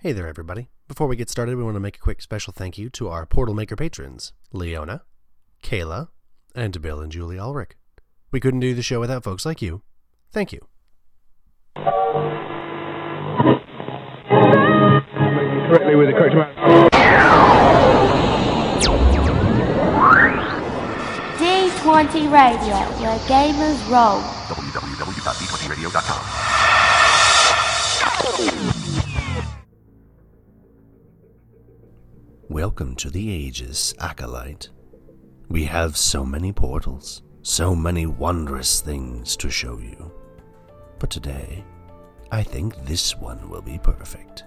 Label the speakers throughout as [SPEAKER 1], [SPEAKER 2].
[SPEAKER 1] Hey there, everybody. Before we get started, we want to make a quick special thank you to our Portal Maker patrons, Leona, Kayla, and Bill and Julie Ulrich. We couldn't do the show without folks like you. Thank you.
[SPEAKER 2] correctly with the correct amount.
[SPEAKER 3] D20 Radio, where gamers roll.
[SPEAKER 4] www.b20radio.com.
[SPEAKER 1] Welcome to the ages, Acolyte. We have so many portals, so many wondrous things to show you. But today, I think this one will be perfect.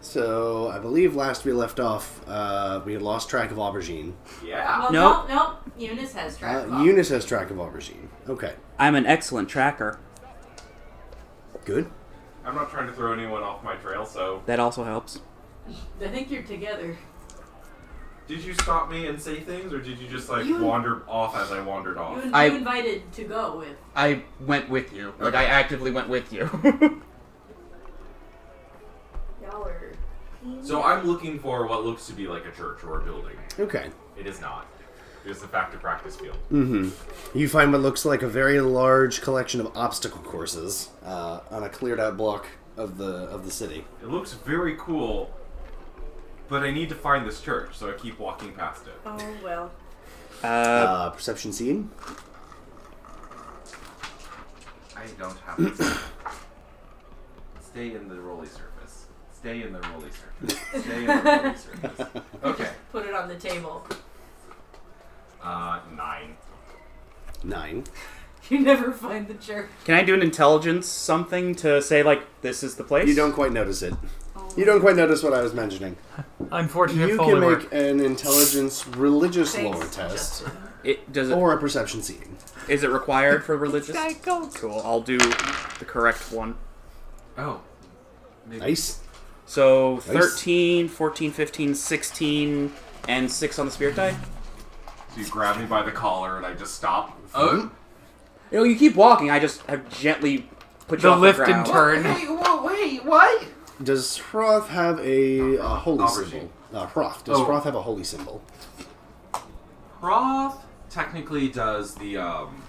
[SPEAKER 1] So, I believe last we left off, uh, we had lost track of Aubergine.
[SPEAKER 5] Well, Oh,
[SPEAKER 6] Nope.
[SPEAKER 5] no, no. Eunice has track.
[SPEAKER 1] Uh, Eunice has track of Aubergine. Okay,
[SPEAKER 6] I'm an excellent tracker.
[SPEAKER 1] good.
[SPEAKER 7] I'm not trying to throw anyone off my trail, so
[SPEAKER 6] That also helps.
[SPEAKER 5] I think you're together.
[SPEAKER 7] did you stop me and say things, or did you just like
[SPEAKER 5] You-
[SPEAKER 7] wander off as I wandered
[SPEAKER 5] You,
[SPEAKER 7] off?
[SPEAKER 5] you
[SPEAKER 8] I-
[SPEAKER 5] invited to go with.
[SPEAKER 8] I went with you. Like I actively went with you.
[SPEAKER 5] Y'all are.
[SPEAKER 7] So I'm looking for what looks to be like a church or a building.
[SPEAKER 1] Okay.
[SPEAKER 7] It is not. It is in fact a practice field.
[SPEAKER 5] Mm.
[SPEAKER 1] You find what looks like a very large collection of obstacle courses uh, on a cleared out block of the of the city.
[SPEAKER 7] It looks very cool, but I need to find this church, so I keep walking past it.
[SPEAKER 5] Oh, well.
[SPEAKER 6] Uh,
[SPEAKER 1] Uh, perception scene.
[SPEAKER 7] I don't have it. Stay in the rolly surface. Stay in the rolly surface. Stay in the rolly surface. Okay.
[SPEAKER 5] Put it on the table.
[SPEAKER 7] Uh, nine.
[SPEAKER 1] Nine.
[SPEAKER 5] You never find the church.
[SPEAKER 6] can I do an intelligence something to say like this is the place?
[SPEAKER 1] You don't quite notice it. You don't quite notice what I was mentioning.
[SPEAKER 9] Unfortunate
[SPEAKER 1] You can make an intelligence religious
[SPEAKER 5] Thanks,
[SPEAKER 1] lore test
[SPEAKER 5] Justin.
[SPEAKER 6] It does. It,
[SPEAKER 1] or a perception scene.
[SPEAKER 6] is it required for religious?
[SPEAKER 9] go.
[SPEAKER 6] Cool. I'll do the correct one.
[SPEAKER 7] Oh.
[SPEAKER 1] Nice.
[SPEAKER 6] So
[SPEAKER 1] Nice.
[SPEAKER 6] 13, 14, 15, 16, and six on the spirit die.
[SPEAKER 7] So you grab me by the collar and I just stop.
[SPEAKER 8] oh,
[SPEAKER 6] You know, you keep walking. I just have gently put you
[SPEAKER 9] The
[SPEAKER 6] off
[SPEAKER 9] lift
[SPEAKER 6] the
[SPEAKER 9] and
[SPEAKER 6] ground.
[SPEAKER 9] turn.
[SPEAKER 8] wait, whoa, wait, what?
[SPEAKER 1] Does Hroth have a uh, holy
[SPEAKER 7] Aubergine.
[SPEAKER 1] symbol? Uh, Hroth. Does
[SPEAKER 7] Oh.
[SPEAKER 1] Hroth have a holy symbol?
[SPEAKER 7] Prof technically does the um,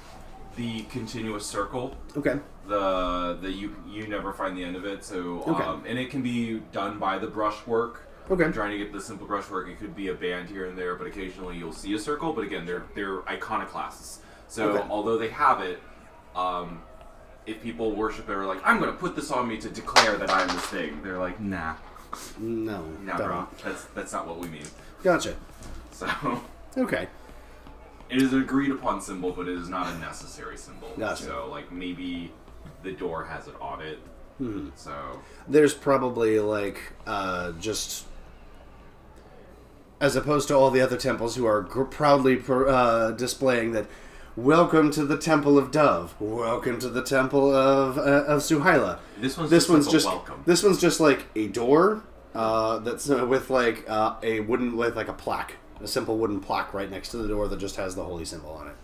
[SPEAKER 7] the continuous circle.
[SPEAKER 1] Okay.
[SPEAKER 7] The the you you never find the end of it. So
[SPEAKER 1] Okay.
[SPEAKER 7] um, and it can be done by the brushwork.
[SPEAKER 1] Okay.
[SPEAKER 7] I'm trying to get the simple brushwork. It could be a band here and there, but occasionally you'll see a circle. But again, they're they're iconoclasts. So
[SPEAKER 1] Okay.
[SPEAKER 7] although they have it, um, if people worship it, are like I'm going to put this on me to declare that I'm this thing. They're like, nah,
[SPEAKER 1] No.
[SPEAKER 7] nah,
[SPEAKER 1] don't.
[SPEAKER 7] bro. That's that's not what we mean.
[SPEAKER 1] Gotcha.
[SPEAKER 7] So.
[SPEAKER 1] Okay.
[SPEAKER 7] It is an agreed upon symbol, but it is not a necessary symbol.
[SPEAKER 1] Gotcha.
[SPEAKER 7] So, like, maybe the door has it on it. So,
[SPEAKER 1] there's probably like uh, just as opposed to all the other temples who are gr- proudly pr- uh, displaying that welcome to the temple of dove welcome to the temple of uh, of suhaila
[SPEAKER 7] This one's
[SPEAKER 1] this
[SPEAKER 7] just
[SPEAKER 1] one's
[SPEAKER 7] like a
[SPEAKER 1] just
[SPEAKER 7] welcome.
[SPEAKER 1] this one's just like a door uh, that's uh, with like uh, a wooden with like a plaque a simple wooden plaque right next to the door that just has the holy symbol on it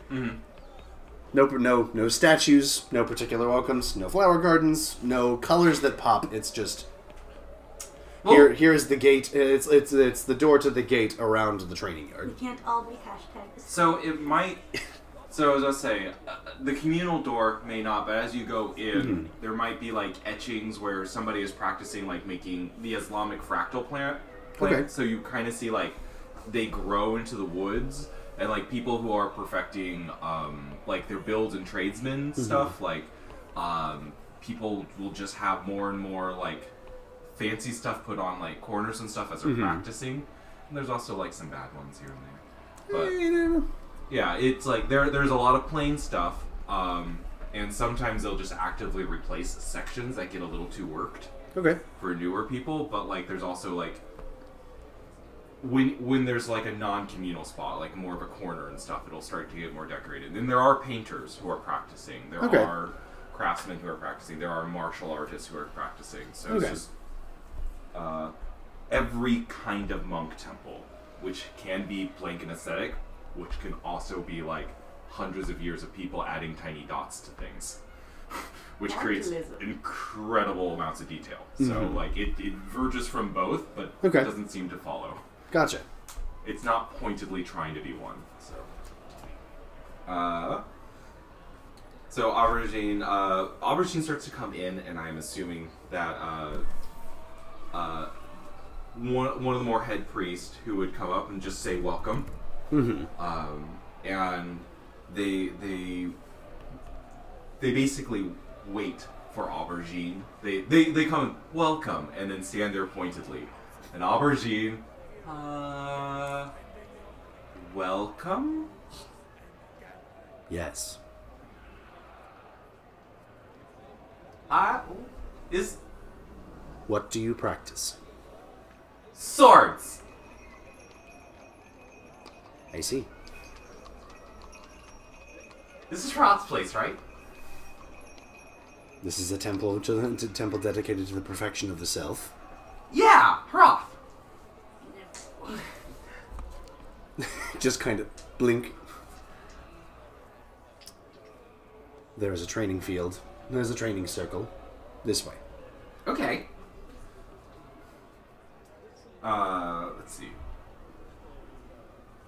[SPEAKER 1] no, no, no statues, no particular welcomes, no flower gardens, no colors that pop. It's just here. Here is the gate. It's it's it's the door to the gate around the training yard.
[SPEAKER 3] Can't all be hashtags.
[SPEAKER 7] so it might. So, as I was saying, uh, the communal door may not, but as you go in, there might be like etchings where somebody is practicing like making the Islamic fractal plant. plant.
[SPEAKER 1] Okay.
[SPEAKER 7] So you kind of see like they grow into the woods, and like people who are perfecting um, like their builds and tradesmen stuff, like um, people will just have more and more like fancy stuff put on like corners and stuff as they're practicing. And there's also like some bad ones here and there. But yeah, it's like there. There's a lot of plain stuff, um, and sometimes they'll just actively replace sections that get a little too worked
[SPEAKER 1] Okay.
[SPEAKER 7] for newer people. But like, there's also like when when there's like a non-communal spot, like more of a corner and stuff, it'll start to get more decorated. And there are painters who are practicing. There
[SPEAKER 1] Okay.
[SPEAKER 7] are craftsmen who are practicing. There are martial artists who are practicing. So
[SPEAKER 1] Okay.
[SPEAKER 7] it's just uh, every kind of monk temple, which can be blank and aesthetic, which can also be like hundreds of years of people adding tiny dots to things, which creates
[SPEAKER 5] Capitalism.
[SPEAKER 7] incredible amounts of detail. So like it, it verges from both, but
[SPEAKER 1] Okay.
[SPEAKER 7] doesn't seem to follow
[SPEAKER 1] Gotcha.
[SPEAKER 7] it's not pointedly trying to be one. So, uh, so Aubergine, uh, Aubergine starts to come in, and I'm assuming that uh, uh, one one of the more head priests who would come up and just say welcome, um, and they they they basically wait for Aubergine. They they they come welcome and then stand there pointedly, and Aubergine. Uh, welcome?
[SPEAKER 1] Yes.
[SPEAKER 7] I is
[SPEAKER 1] What do you practice?
[SPEAKER 7] swords.
[SPEAKER 1] I see.
[SPEAKER 7] This is Rod's place, right?
[SPEAKER 1] This is a temple to the to temple dedicated to the perfection of the self.
[SPEAKER 7] Yeah, Roth.
[SPEAKER 1] Just kind of blink. There is a training field. There's a training circle. This way.
[SPEAKER 8] Okay.
[SPEAKER 7] Uh, let's see.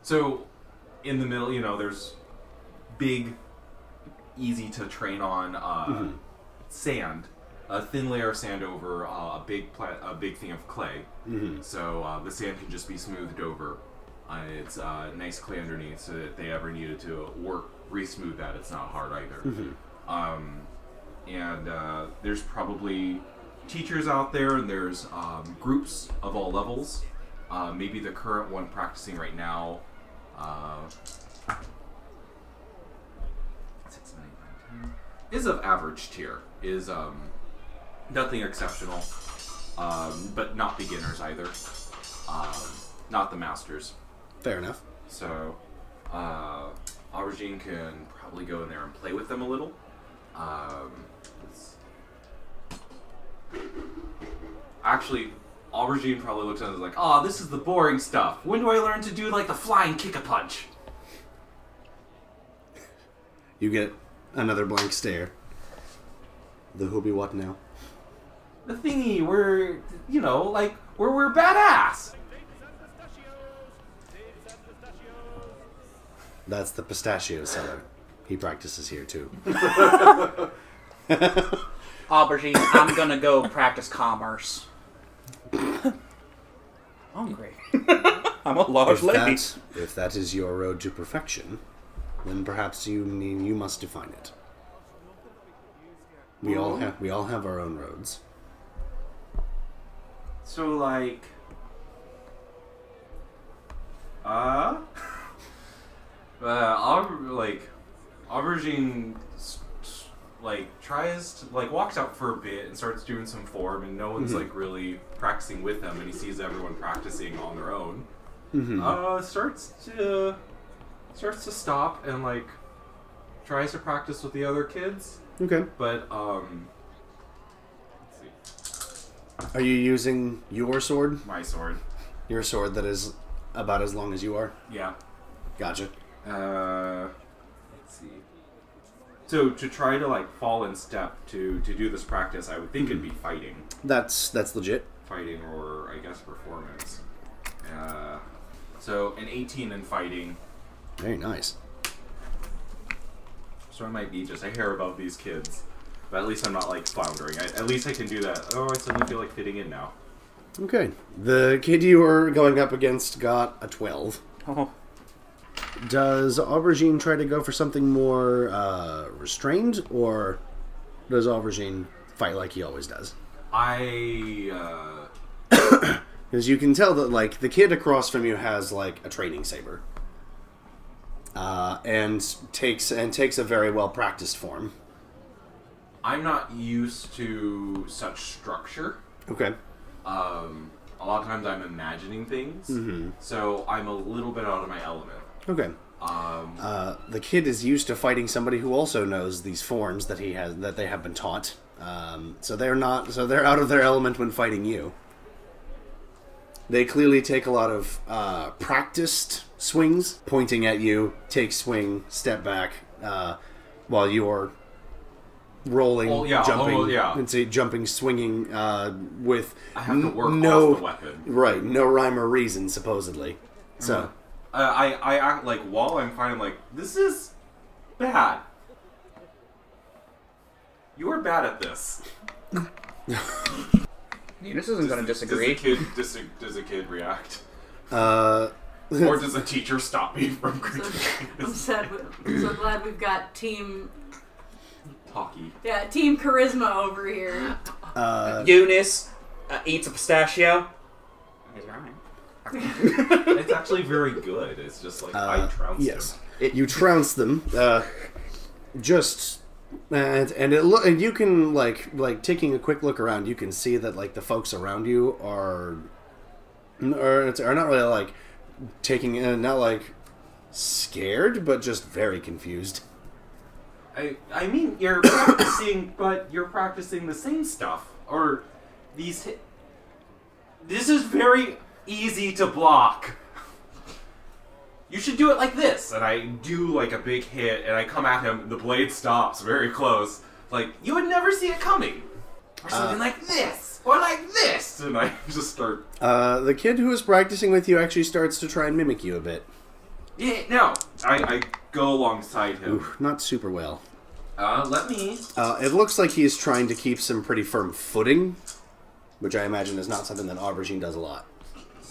[SPEAKER 7] So, in the middle, you know, there's big, easy to train on uh, sand, a thin layer of sand over uh, a big pla- a big thing of clay. So uh, the sand can just be smoothed over. Uh, it's uh, nice clay underneath, so that if they ever needed to work re-smooth that, it's not hard either. Um, and uh, there's probably teachers out there and there's um, groups of all levels uh, maybe the current one practicing right now uh, six, nine, nine, ten, is of average tier is um, nothing exceptional um, but not beginners either um, not the masters
[SPEAKER 1] Fair enough.
[SPEAKER 7] so, uh, Aubergine can probably go in there and play with them a little. Um, let's- Actually, Aubergine probably looks at it and is like, oh, this is the boring stuff. When do I learn to do, like, the flying kick-a-punch?
[SPEAKER 1] You get another blank stare. The Hobie what now?
[SPEAKER 7] The thingy where, you know, like, where we're badass!
[SPEAKER 1] That's the pistachio seller. He practices here too.
[SPEAKER 6] Aubergine, I'm gonna go practice commerce. Hungry. I'm a large
[SPEAKER 1] If
[SPEAKER 6] lady.
[SPEAKER 1] that, if that is your road to perfection, then perhaps you need, you must define it. We all have we all have our own roads.
[SPEAKER 7] So, like... Uh... uh, Auber- like, Aubergine, s- s- like, tries to, like, walks out for a bit and starts doing some form, and no one's, like, really practicing with him, and he sees everyone practicing on their own. Uh, starts to, starts to stop and, like, tries to practice with the other kids,
[SPEAKER 1] Okay.
[SPEAKER 7] but, um... Let's see.
[SPEAKER 1] Are you using your sword?
[SPEAKER 7] My sword.
[SPEAKER 1] Your sword that is about as long as you are.
[SPEAKER 7] Yeah.
[SPEAKER 1] Gotcha.
[SPEAKER 7] Uh, let's see. So to try to like fall in step to to do this practice, I would think it'd be fighting,
[SPEAKER 1] That's that's legit.
[SPEAKER 7] fighting or I guess performance. Uh, so an 18 in fighting,
[SPEAKER 1] Very nice.
[SPEAKER 7] so I might be just a hair above these kids, but at least I'm not like floundering. I, at least I can do that. Oh, I suddenly feel like fitting in now.
[SPEAKER 1] Okay. The kid you were going up against got a twelve.
[SPEAKER 6] Oh,
[SPEAKER 1] Does Aubergine try to go for something more uh, restrained, or does Aubergine fight like he always does?
[SPEAKER 7] I uh,
[SPEAKER 1] Because you can tell that, like, the kid across from you has like a training saber, uh, and takes and takes a very well practiced form.
[SPEAKER 7] I'm not used to such structure.
[SPEAKER 1] Okay.
[SPEAKER 7] um, a lot of times I'm imagining things, so I'm a little bit out of my element.
[SPEAKER 1] Okay.
[SPEAKER 7] Um,
[SPEAKER 1] Uh, the kid is used to fighting somebody who also knows these forms that he has that they have been taught. Um, so they're not. So they're out of their element when fighting you. They clearly take a lot of uh, practiced swings, pointing at you, take swing, step back, uh, while you are rolling,
[SPEAKER 7] Well, yeah,
[SPEAKER 1] jumping,
[SPEAKER 7] almost- yeah.
[SPEAKER 1] and say jumping, swinging uh, with
[SPEAKER 7] I have to
[SPEAKER 1] n-
[SPEAKER 7] work
[SPEAKER 1] no
[SPEAKER 7] off the weapon.
[SPEAKER 1] right, no rhyme or reason supposedly. So.
[SPEAKER 7] Mm-hmm. I, Uh, I, I act like while I'm fine, I'm like, this is bad. You are bad at this.
[SPEAKER 6] Eunice isn't going to
[SPEAKER 7] Does-
[SPEAKER 6] disagree.
[SPEAKER 7] Does a kid, does a, does a kid react?
[SPEAKER 1] Uh,
[SPEAKER 7] Or does a teacher stop me from critiquing
[SPEAKER 5] I'm
[SPEAKER 7] this?
[SPEAKER 5] sad. we- I'm so glad we've got team.
[SPEAKER 7] Talkie.
[SPEAKER 5] Yeah, team charisma over here.
[SPEAKER 6] Eunice uh, eats a pistachio. He's right.
[SPEAKER 7] It's actually very good. It's just like, I trounced
[SPEAKER 1] Uh, yes,
[SPEAKER 7] him.
[SPEAKER 1] you trounce them. Uh, just and and it look and you can like like taking a quick look around, you can see that like the folks around you are are, are not really like taking uh, not like scared, but just very confused.
[SPEAKER 7] I, I mean, you're practicing, but you're practicing the same stuff. Or these. Hi- this is very easy to block. You should do it like this. And I do like a big hit, and I come at him. The blade stops very close. Like you would never see it coming, or something like this, or like this. And I just start.
[SPEAKER 1] Uh, the kid who is practicing with you actually starts to try and mimic you a bit.
[SPEAKER 7] Yeah, no. I, I go alongside him.
[SPEAKER 1] Not super well.
[SPEAKER 7] Uh, let me.
[SPEAKER 1] Uh, it looks like he is trying to keep some pretty firm footing, which I imagine is not something that Aubergine does a lot.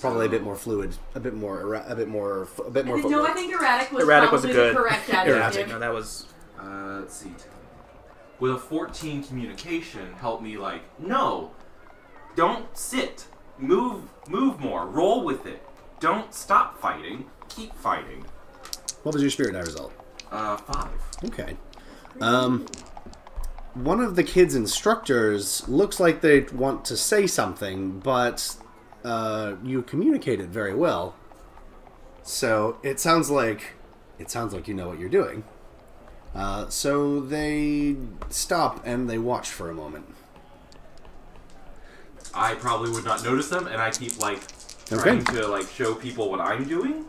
[SPEAKER 1] Probably a bit more fluid, a bit more, erra- a bit more, a bit more.
[SPEAKER 5] No, I
[SPEAKER 1] footwork.
[SPEAKER 5] think erratic was
[SPEAKER 6] Erratic was a
[SPEAKER 5] probably
[SPEAKER 6] good.
[SPEAKER 5] the correct
[SPEAKER 6] Erratic. No,
[SPEAKER 5] adjective.
[SPEAKER 6] that was.
[SPEAKER 7] Uh, let's see. With a 14 communication, help me like, no, don't sit. Move, move more. Roll with it. Don't stop fighting. Keep fighting.
[SPEAKER 1] What was your spirit die result?
[SPEAKER 7] Uh, five.
[SPEAKER 1] Okay. Um, one of the kids' instructors looks like they want to say something, but uh, you communicate it very well. So it sounds like it sounds like you know what you're doing. Uh, so they stop and they watch for a moment.
[SPEAKER 7] I probably would not notice them, and I keep like
[SPEAKER 1] Okay.
[SPEAKER 7] trying to like show people what I'm doing,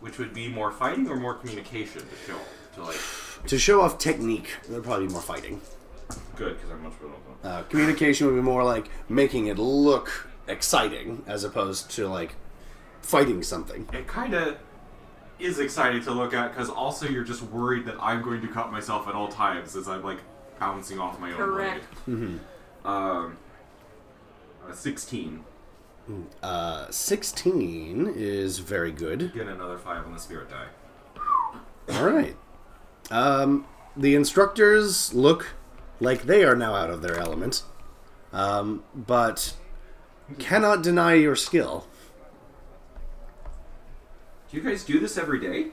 [SPEAKER 7] which would be more fighting or more communication to show to like
[SPEAKER 1] To show off technique, there'll probably be more fighting.
[SPEAKER 7] good because I'm much better. than them.
[SPEAKER 1] Uh, communication would be more like making it look exciting as opposed to like fighting something.
[SPEAKER 7] It kind of is exciting to look at because also you're just worried that I'm going to cut myself at all times as I'm like pouncing off my own
[SPEAKER 5] Correct.
[SPEAKER 7] blade.
[SPEAKER 1] Mm-hmm.
[SPEAKER 7] Um, uh, 16.
[SPEAKER 1] Uh, 16 is very good.
[SPEAKER 7] Get another five on the spirit die.
[SPEAKER 1] All right. Um, the instructors look like they are now out of their element, um, but cannot deny your skill.
[SPEAKER 7] Do you guys do this every day?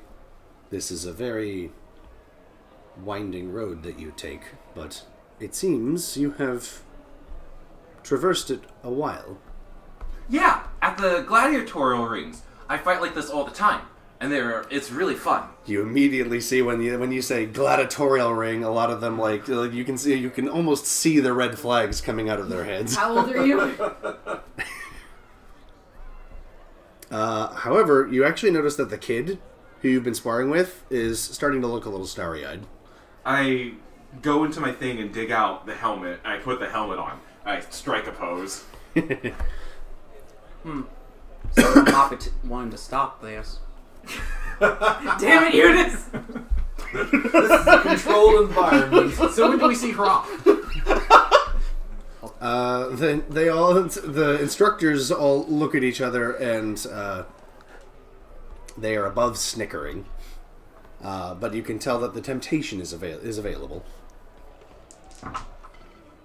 [SPEAKER 1] This is a very winding road that you take, but it seems you have traversed it a while.
[SPEAKER 7] Yeah, at the gladiatorial rings, I fight like this all the time, and they're it's really fun.
[SPEAKER 1] You immediately see when you when you say gladiatorial ring, a lot of them like uh, you can see you can almost see the red flags coming out of their heads.
[SPEAKER 5] How old are you?
[SPEAKER 1] Uh, however, you actually notice that the kid who you've been sparring with is starting to look a little starry eyed.
[SPEAKER 7] I go into my thing and dig out the helmet. I put the helmet on. I strike a pose.
[SPEAKER 6] Poppet wanted to stop this.
[SPEAKER 5] Damn it, Eunice!
[SPEAKER 4] Controlled environment. So when do we see her off?
[SPEAKER 1] Uh, then they all the instructors all look at each other and uh, they are above snickering. Uh, but you can tell that the temptation is avail- is available.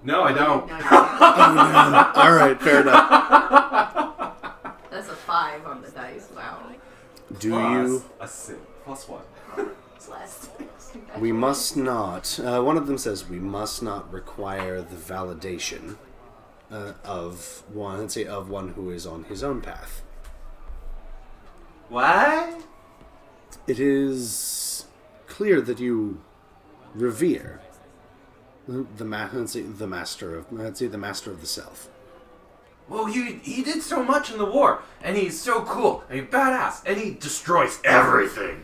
[SPEAKER 7] No, I don't.
[SPEAKER 1] all right, fair enough.
[SPEAKER 5] That's a five on the dice. Wow.
[SPEAKER 1] Do
[SPEAKER 7] Plus
[SPEAKER 1] you?
[SPEAKER 7] a six plus one?
[SPEAKER 5] It's less.
[SPEAKER 1] We must not. Uh, one of them says we must not require the validation uh, of one. Let's say of one who is on his own path.
[SPEAKER 7] What?
[SPEAKER 1] it is clear that you revere the ma- let's see, the master of let's see, the master of the South.
[SPEAKER 7] Well, he he did so much in the war, and he's so cool, and he's badass, and he destroys everything.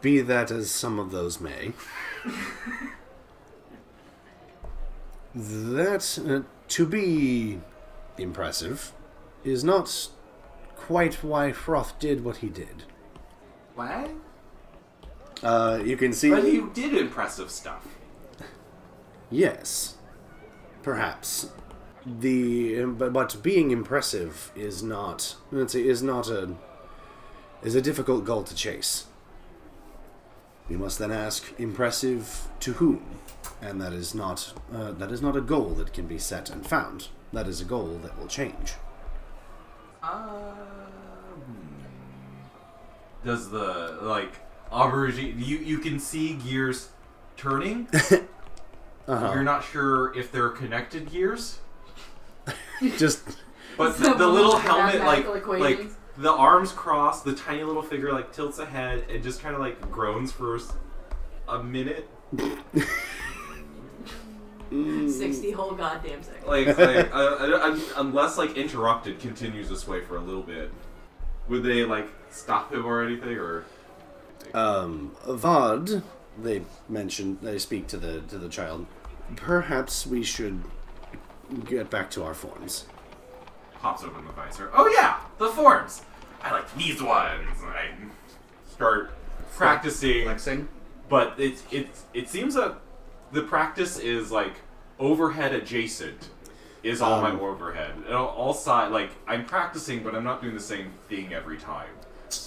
[SPEAKER 1] Be that as some of those may, that uh, to be impressive is not quite why Froth did what he did.
[SPEAKER 4] What?
[SPEAKER 1] Uh, you can see,
[SPEAKER 7] But he did impressive stuff.
[SPEAKER 1] yes, perhaps the but, but being impressive is not let's say is not a is a difficult goal to chase. We must then ask, impressive to whom? And that is not uh, that is not a goal that can be set and found. That is a goal that will change.
[SPEAKER 7] Hmm. Does the like aubergine? You you can see gears turning. You're not sure if they're connected gears,
[SPEAKER 1] Just
[SPEAKER 7] but the,
[SPEAKER 5] So
[SPEAKER 7] the little
[SPEAKER 5] the
[SPEAKER 7] helmet like
[SPEAKER 5] mathematical
[SPEAKER 7] like
[SPEAKER 5] equations.
[SPEAKER 7] the arms crossed, the tiny little figure like tilts a head and just kind of like groans for s- a minute.
[SPEAKER 6] Hmm.
[SPEAKER 5] 60 whole goddamn seconds.
[SPEAKER 7] like, like uh, uh, unless like interrupted continues this way for a little bit would they like stop him or anything or
[SPEAKER 1] um, Vard, they mention they speak to the to the child. Perhaps we should get back to our forms.
[SPEAKER 7] pops open the visor oh yeah the forms i like these ones and i start practicing
[SPEAKER 6] Flexing.
[SPEAKER 7] but it, it, it seems that the practice is like overhead adjacent is all my overhead And all, all side like i'm practicing but i'm not doing the same thing every time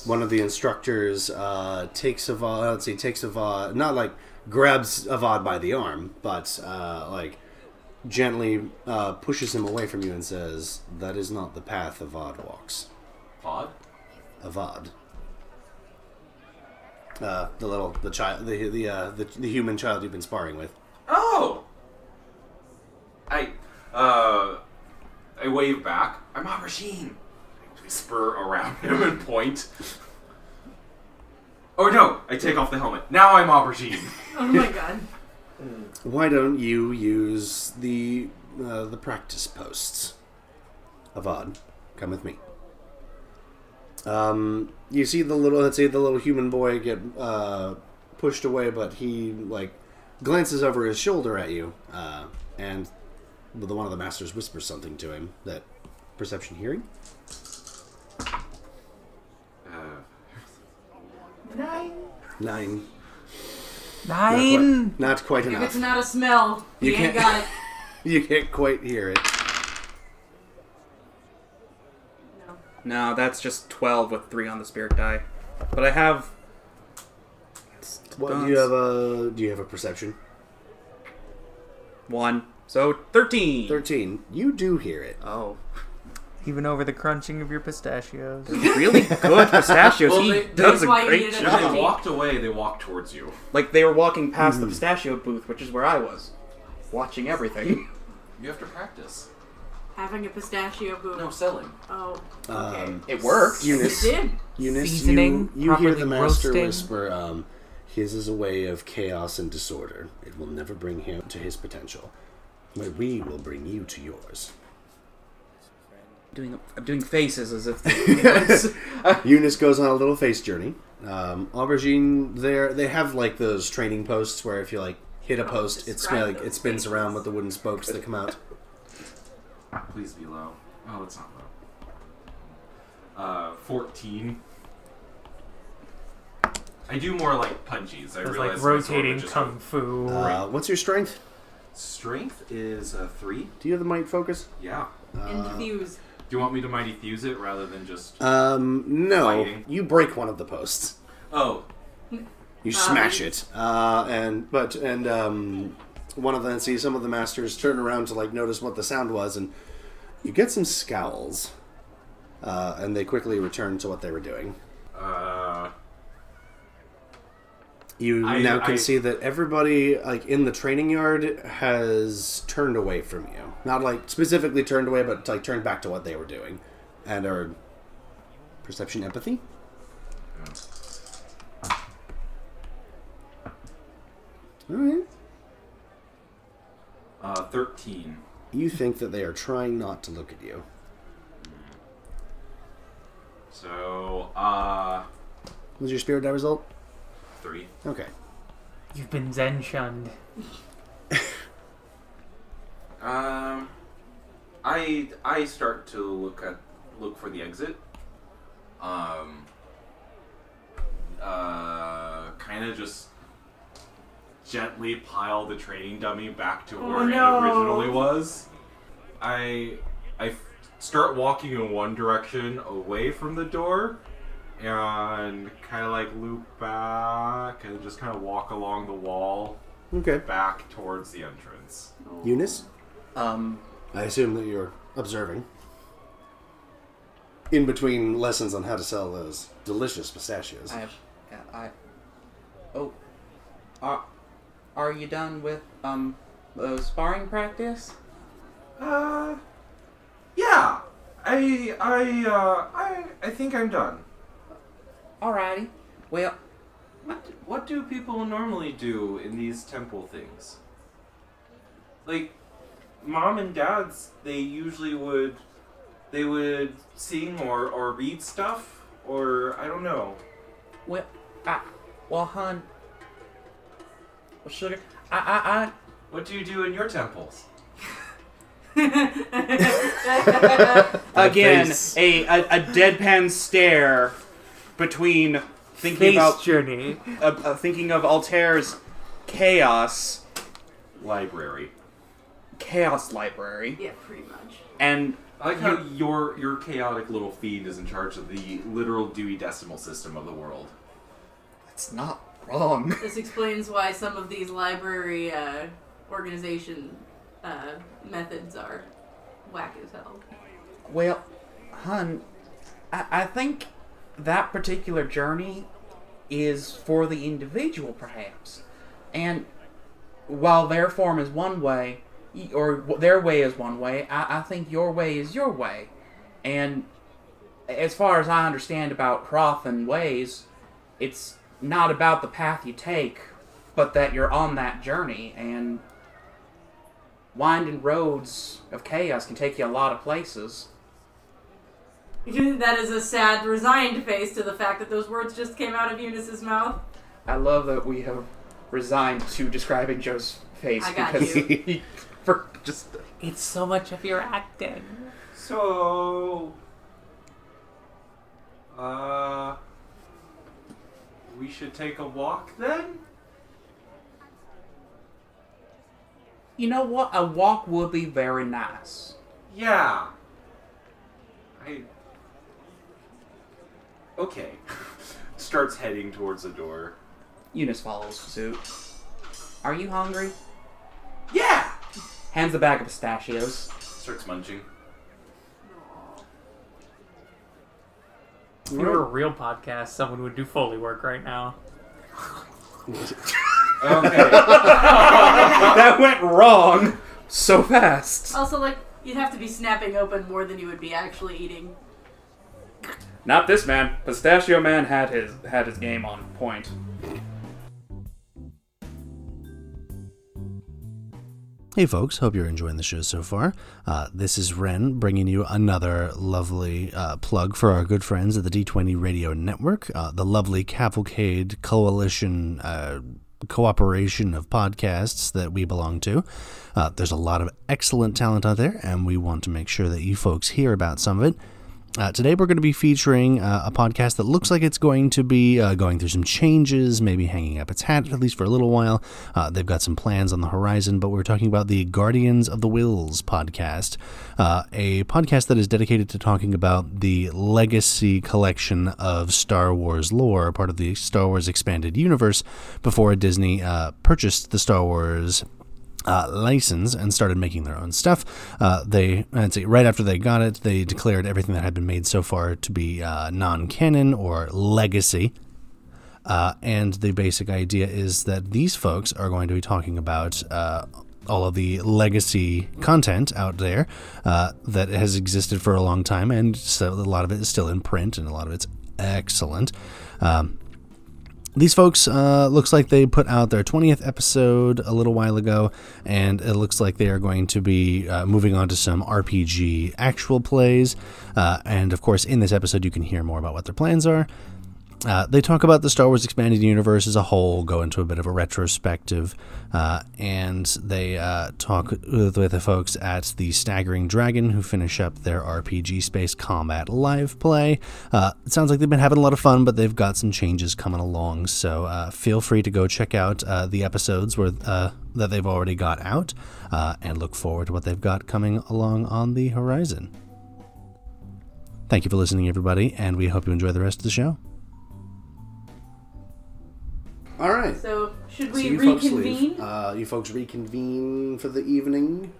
[SPEAKER 1] one of the instructors uh, takes Avad. Let's see, takes Avad, not like grabs Avad by the arm, but uh, like gently uh, pushes him away from you and says, "That is not the path Avad walks."
[SPEAKER 7] odd
[SPEAKER 1] Avad. Uh, the little the child the the, uh, the the human child you've been sparring with.
[SPEAKER 7] Oh! I, uh, I wave back. I'm Aubergine. I whisper around him and point. Oh no! I take off the helmet. Now I'm Aubergine.
[SPEAKER 5] Oh my god.
[SPEAKER 1] Why don't you use the uh, the practice posts? Avad, come with me. Um, you see the little let's say the little human boy get uh, pushed away, but he like glances over his shoulder at you, uh, and the one of the masters whispers something to him that perception hearing.
[SPEAKER 5] Uh. Nine.
[SPEAKER 1] Nine.
[SPEAKER 6] Nine.
[SPEAKER 1] Not quite
[SPEAKER 5] If
[SPEAKER 1] enough.
[SPEAKER 5] it's not a smell,
[SPEAKER 1] You
[SPEAKER 5] you, ain't
[SPEAKER 1] can't-
[SPEAKER 5] got it.
[SPEAKER 1] you can't quite hear it.
[SPEAKER 6] No, that's just twelve with three on the spirit die. But I have.
[SPEAKER 1] What do you have a do you have a perception?
[SPEAKER 6] One. So thirteen.
[SPEAKER 1] Thirteen. You do hear it.
[SPEAKER 6] Oh,
[SPEAKER 9] Even over the crunching of your pistachios.
[SPEAKER 6] really good pistachios.
[SPEAKER 5] Well,
[SPEAKER 6] he
[SPEAKER 5] they-
[SPEAKER 6] does
[SPEAKER 5] that's
[SPEAKER 6] a
[SPEAKER 5] why you
[SPEAKER 6] great
[SPEAKER 5] need a
[SPEAKER 6] job.
[SPEAKER 7] As they walked away, they walked towards you.
[SPEAKER 6] Like they were walking past the pistachio booth, which is where I was, watching everything.
[SPEAKER 7] You have to practice.
[SPEAKER 5] Having a pistachio boom.
[SPEAKER 7] No selling.
[SPEAKER 5] Oh, okay.
[SPEAKER 1] Um,
[SPEAKER 6] It worked.
[SPEAKER 1] Eunice.
[SPEAKER 5] It did.
[SPEAKER 1] Eunice,
[SPEAKER 9] Seasoning,
[SPEAKER 1] you, you hear the
[SPEAKER 9] properly
[SPEAKER 1] master
[SPEAKER 9] roasting.
[SPEAKER 1] whisper, um, his is a way of chaos and disorder. It will never bring him to his potential. But we will bring you to yours.
[SPEAKER 6] Doing, I'm doing faces as if
[SPEAKER 1] Eunice goes on a little face journey. Um, Aubergine, there they have like those training posts where if you like hit a post, it, spin,
[SPEAKER 5] Oh, describe
[SPEAKER 1] like, it
[SPEAKER 5] those
[SPEAKER 1] spins
[SPEAKER 5] faces.
[SPEAKER 1] around with the wooden spokes that come out.
[SPEAKER 7] Please be low. Oh, it's not low. Uh, 14. I do more like punchies. I
[SPEAKER 9] It's
[SPEAKER 7] realize
[SPEAKER 9] like
[SPEAKER 7] my sword would
[SPEAKER 9] rotating
[SPEAKER 7] just-
[SPEAKER 9] kung fu.
[SPEAKER 1] Uh, what's your strength?
[SPEAKER 7] Strength is a three.
[SPEAKER 1] Do you have the might focus?
[SPEAKER 7] Yeah.
[SPEAKER 5] Enthused.
[SPEAKER 7] Do you want me to mighty fuse it rather than just?
[SPEAKER 1] Um, no.
[SPEAKER 7] Fighting.
[SPEAKER 1] You break one of the posts.
[SPEAKER 7] Oh,
[SPEAKER 1] You
[SPEAKER 5] Ah.
[SPEAKER 1] smash it, uh, and but and um, one of the see some of the masters turn around to like notice what the sound was, and you get some scowls, uh, and they quickly return to what they were doing.
[SPEAKER 7] uh,
[SPEAKER 1] You
[SPEAKER 7] I-
[SPEAKER 1] now can
[SPEAKER 7] I-
[SPEAKER 1] see that everybody like in the training yard has turned away from you, not like specifically turned away, but like turned back to what they were doing, and are perception empathy.
[SPEAKER 10] All right.
[SPEAKER 7] Uh, 13.
[SPEAKER 10] You think that they are trying not to look at you.
[SPEAKER 7] So, uh,
[SPEAKER 10] What was your spirit die result?
[SPEAKER 7] 3.
[SPEAKER 10] Okay.
[SPEAKER 9] You've been zen shunned.
[SPEAKER 7] Um, I I start to look at look for the exit. Um, uh, kind of just gently pile the training dummy back to where
[SPEAKER 11] no.
[SPEAKER 7] it originally was. I I f- start walking in one direction away from the door. And kind of like loop back and just kind of walk along the wall
[SPEAKER 10] Okay.
[SPEAKER 7] back towards the entrance.
[SPEAKER 10] Eunice?
[SPEAKER 1] Um,
[SPEAKER 10] I assume that you're observing. In between lessons on how to sell those delicious pistachios.
[SPEAKER 6] I, I, oh, are, are you done with um uh, sparring practice?
[SPEAKER 7] Uh, yeah. I I uh I I think I'm done.
[SPEAKER 6] Alrighty. Well,
[SPEAKER 7] What do, what do people normally do in these temple things? Like, mom and dads, they usually would, they would sing or or read stuff or I don't know.
[SPEAKER 6] well, I, well, hun, well, sugar, I,
[SPEAKER 7] What do you do in your temples?
[SPEAKER 1] I again
[SPEAKER 9] face.
[SPEAKER 1] a, a a deadpan stare between thinking about
[SPEAKER 9] journey.
[SPEAKER 1] uh, uh, thinking of Altair's chaos
[SPEAKER 7] Library.
[SPEAKER 1] chaos library
[SPEAKER 5] Yeah, pretty much.
[SPEAKER 1] and
[SPEAKER 7] I like how your your chaotic little fiend is in charge of the literal Dewey Decimal System of the world.
[SPEAKER 1] that's not wrong.
[SPEAKER 5] This explains why some of these library uh, organization uh, methods are whack as hell.
[SPEAKER 6] I, well, hun, I, I think that particular journey is for the individual, perhaps, and while their form is one way, y- or w- their way is one way, I, I think your way is your way, and as far as I understand about Hroth and ways, it's not about the path you take, but that you're on that journey, and winding roads of chaos can take you a lot of places.
[SPEAKER 5] that is a sad, resigned face to the fact that those words just came out of Eunice's mouth.
[SPEAKER 6] I love that we have resigned to describing Joe's face
[SPEAKER 5] I got
[SPEAKER 6] because
[SPEAKER 5] you.
[SPEAKER 6] he for just
[SPEAKER 9] It's so much of your acting.
[SPEAKER 7] So, uh, we should take a walk then.
[SPEAKER 6] you know what a walk would be very nice.
[SPEAKER 7] Yeah. I. Okay. Starts heading towards the door.
[SPEAKER 6] Eunice follows suit. Are you hungry?
[SPEAKER 7] Yeah.
[SPEAKER 6] Hands the bag of pistachios.
[SPEAKER 7] Starts munching.
[SPEAKER 9] If you were a real podcast, someone would do Foley work right now.
[SPEAKER 7] Okay.
[SPEAKER 1] that went wrong so fast.
[SPEAKER 5] Also, like, you'd have to be snapping open more than you would be actually eating.
[SPEAKER 1] Not this man. Pistachio man had his had his game on point.
[SPEAKER 10] Hey, folks, hope you're enjoying the show so far. Uh, this is Ren bringing you another lovely uh, plug for our good friends at the D20 Radio Network, uh, the lovely Cavalcade Coalition. Uh, Cooperation of podcasts that we belong to. Uh, there's a lot of excellent talent out there, and we want to make sure that you folks hear about some of it. Uh, today we're going to be featuring uh, a podcast that looks like it's going to be uh, going through some changes, maybe hanging up its hat at least for a little while. Uh, they've got some plans on the horizon, but we're talking about the Guardians of the Wills podcast, uh, a podcast that is dedicated to talking about the legacy collection of Star Wars lore, part of the Star Wars expanded universe, before Disney uh, purchased the Star Wars uh, license and started making their own stuff. Uh, they I'd say right after they got it, they declared everything that had been made so far to be uh, non-canon or legacy. Uh, and the basic idea is that these folks are going to be talking about uh, all of the legacy content out there uh, that has existed for a long time, and so a lot of it is still in print, and a lot of it's excellent. Um,
[SPEAKER 1] these folks uh, looks like they put out their 20th episode a little while ago and it looks like they are going to be uh, moving on to some rpg actual plays uh, and of course in this episode you can hear more about what their plans are uh, they talk about the Star Wars expanded universe as a whole, go into a bit of a retrospective, uh, and they uh, talk with, with the folks at the Staggering Dragon who finish up their RPG Space Combat live play. Uh, it sounds like they've been having a lot of fun, but they've got some changes coming along, so uh, feel free to go check out uh, the episodes where uh, that they've already got out, uh, and look forward to what they've got coming along on the horizon. Thank you for listening, everybody, and we hope you enjoy the rest of the show. All right.
[SPEAKER 5] So should we
[SPEAKER 1] So you folks
[SPEAKER 5] reconvene?
[SPEAKER 1] leave. Uh, you folks reconvene for the evening.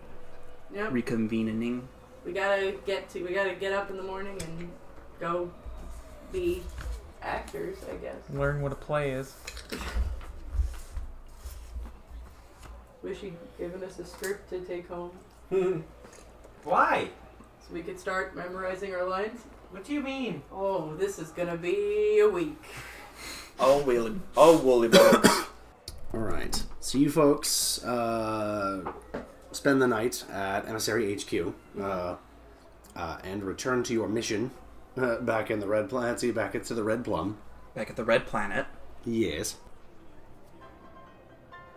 [SPEAKER 5] Yep.
[SPEAKER 6] Reconvening.
[SPEAKER 5] we gotta get to. We gotta get up in the morning and go be actors, I guess.
[SPEAKER 9] Learn what a play is.
[SPEAKER 5] Wish he'd given us a script to take home
[SPEAKER 4] Why?
[SPEAKER 5] so we could start memorizing our lines.
[SPEAKER 4] What do you mean?
[SPEAKER 5] Oh, this is gonna be a week.
[SPEAKER 8] Oh, Willy. Oh, Wooly Boy.
[SPEAKER 1] All right. So you folks uh, spend the night at Emissary HQ uh, uh, and return to your mission uh, back in the Red Plum. See, back into the Red Plum.
[SPEAKER 6] Back at the Red Planet.
[SPEAKER 1] Yes.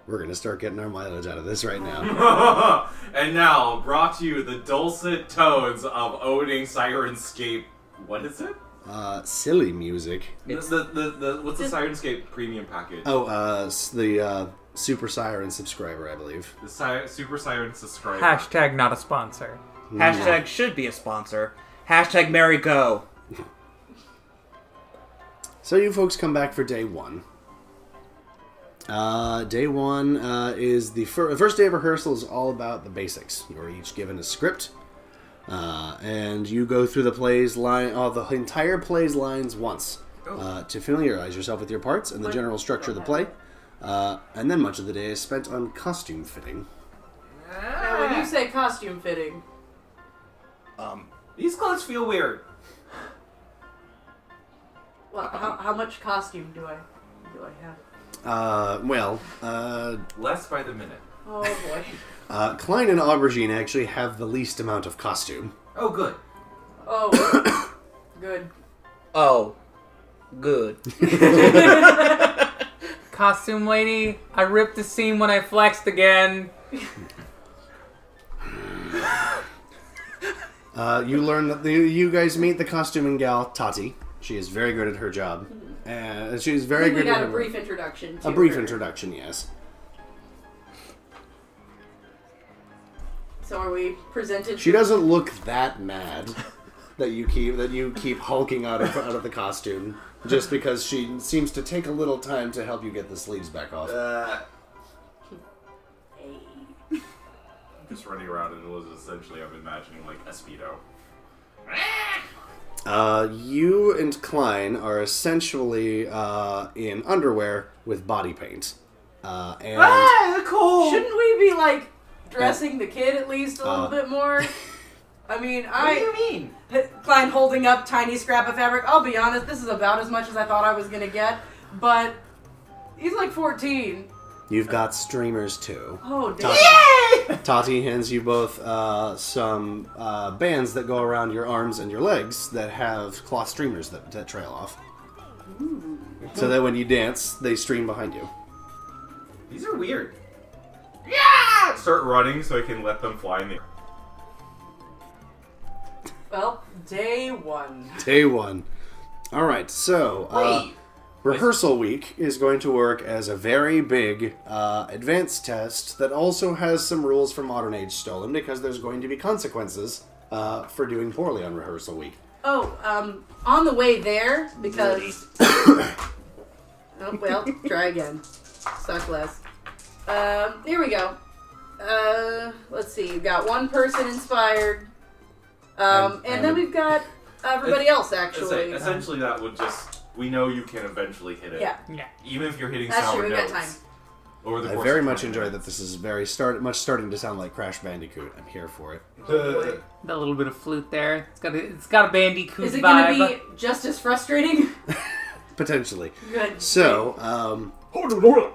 [SPEAKER 1] We're gonna start getting our mileage out of this right now.
[SPEAKER 7] and now, brought to you the dulcet tones of Oding Sirenscape. What is it?
[SPEAKER 1] Uh, silly music.
[SPEAKER 7] The, the, the, the- what's the Sirenscape premium package?
[SPEAKER 1] Oh, uh, s- the uh, Super Siren subscriber, I believe.
[SPEAKER 7] The Sire, Super Siren subscriber.
[SPEAKER 9] Hashtag not a sponsor.
[SPEAKER 8] Hashtag should be a sponsor. Hashtag Mary Go.
[SPEAKER 1] So you folks come back for day one. Uh, day one uh, is the fir- first day of rehearsal is all about the basics. You're each given a script, uh, and you go through the plays line, uh, the entire play's lines once uh, to familiarize yourself with your parts and the general structure of the play. Uh, and then much of the day is spent on costume fitting.
[SPEAKER 4] Ah.
[SPEAKER 5] Now, when you say costume fitting,
[SPEAKER 4] These clothes feel weird.
[SPEAKER 5] well, how, how much costume do I do I have?
[SPEAKER 1] Uh, well, uh,
[SPEAKER 7] Less by the minute.
[SPEAKER 5] Oh boy.
[SPEAKER 1] uh, Klein and Aubergine actually have the least amount of costume.
[SPEAKER 7] Oh, good.
[SPEAKER 5] Oh, good.
[SPEAKER 8] Oh, good.
[SPEAKER 9] Costume lady, I ripped the seam when I flexed again.
[SPEAKER 1] Uh, you learn that the, you guys meet the costuming gal Tati. She is very good at her job, Uh, and she's
[SPEAKER 5] I
[SPEAKER 1] very
[SPEAKER 5] think
[SPEAKER 1] good.
[SPEAKER 5] we got
[SPEAKER 1] at
[SPEAKER 5] a
[SPEAKER 1] her-
[SPEAKER 5] brief introduction. To
[SPEAKER 1] a brief
[SPEAKER 5] her.
[SPEAKER 1] introduction, yes.
[SPEAKER 5] So are we presented?
[SPEAKER 1] She doesn't look that mad that you keep that you keep hulking out of out of the costume just because she seems to take a little time to help you get the sleeves back off.
[SPEAKER 7] Just running around and was essentially, I'm imagining, like, a Speedo.
[SPEAKER 1] Uh, you and Klein are essentially uh, in underwear with body paint, uh, and
[SPEAKER 5] Ah!
[SPEAKER 4] cool.
[SPEAKER 5] Shouldn't we be like dressing the kid at least a little
[SPEAKER 1] Uh.
[SPEAKER 5] bit more? I mean,
[SPEAKER 4] What do you
[SPEAKER 5] I
[SPEAKER 4] mean?
[SPEAKER 5] Klein holding up tiny scrap of fabric. I'll be honest, this is about as much as I thought I was gonna get, but he's like 14.
[SPEAKER 1] you've got streamers too.
[SPEAKER 5] Oh damn!
[SPEAKER 1] Tati, Tati hands you both uh, some uh, bands that go around your arms and your legs that have cloth streamers that, that trail off. So that when you dance, they stream behind you.
[SPEAKER 7] These are weird. Yeah! Start running so I can let them fly in the air.
[SPEAKER 5] Well, day one.
[SPEAKER 1] Day one. All right, so uh, rehearsal week is going to work as a very big uh, advanced test that also has some rules for modern age stolen because there's going to be consequences uh, for doing poorly on rehearsal week.
[SPEAKER 5] Oh, um, on the way there because. oh well, try again. Suck less. Um, here we go. Uh, let's see. We've got one person inspired, um,
[SPEAKER 7] I'm-
[SPEAKER 5] and then
[SPEAKER 7] I'm-
[SPEAKER 5] we'll we've got everybody else actually. um,
[SPEAKER 7] Essentially, essentially, that would just. We know you can eventually hit it.
[SPEAKER 5] yeah,
[SPEAKER 9] Yeah.
[SPEAKER 7] Even if you're hitting
[SPEAKER 5] that's
[SPEAKER 7] sour
[SPEAKER 5] true. We got
[SPEAKER 7] notes.
[SPEAKER 5] time.
[SPEAKER 7] Over the
[SPEAKER 1] I
[SPEAKER 7] course
[SPEAKER 1] very
[SPEAKER 7] of
[SPEAKER 1] much
[SPEAKER 7] 20
[SPEAKER 1] enjoy
[SPEAKER 7] minutes.
[SPEAKER 1] that this is very start much starting to sound like Crash Bandicoot. I'm here for it.
[SPEAKER 9] That little bit of flute there. It's got a, it's got a bandicoot
[SPEAKER 5] Is it
[SPEAKER 9] vibe.
[SPEAKER 5] gonna be just as frustrating?
[SPEAKER 1] potentially.
[SPEAKER 5] Good.
[SPEAKER 1] So, um,
[SPEAKER 7] Hold on, hold on.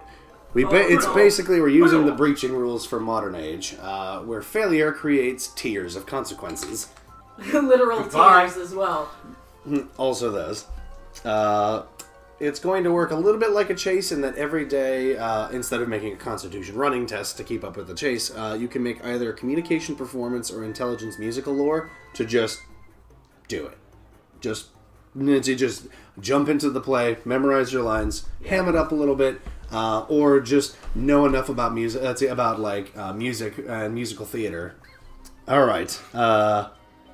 [SPEAKER 1] we ba- it's
[SPEAKER 5] no.
[SPEAKER 1] basically we're using the breaching rules for modern age, uh, where failure creates tiers of consequences.
[SPEAKER 5] Literal
[SPEAKER 4] Goodbye.
[SPEAKER 5] tears as well.
[SPEAKER 1] Also, those. Uh, it's going to work a little bit like a chase in that every day, uh, instead of making a constitution running test to keep up with the chase, uh, you can make either communication performance or intelligence musical lore to just do it. Just, to just jump into the play, memorize your lines, ham it up a little bit, uh, or just know enough about music. That's it, about like uh, music and musical theater. All right. Uh,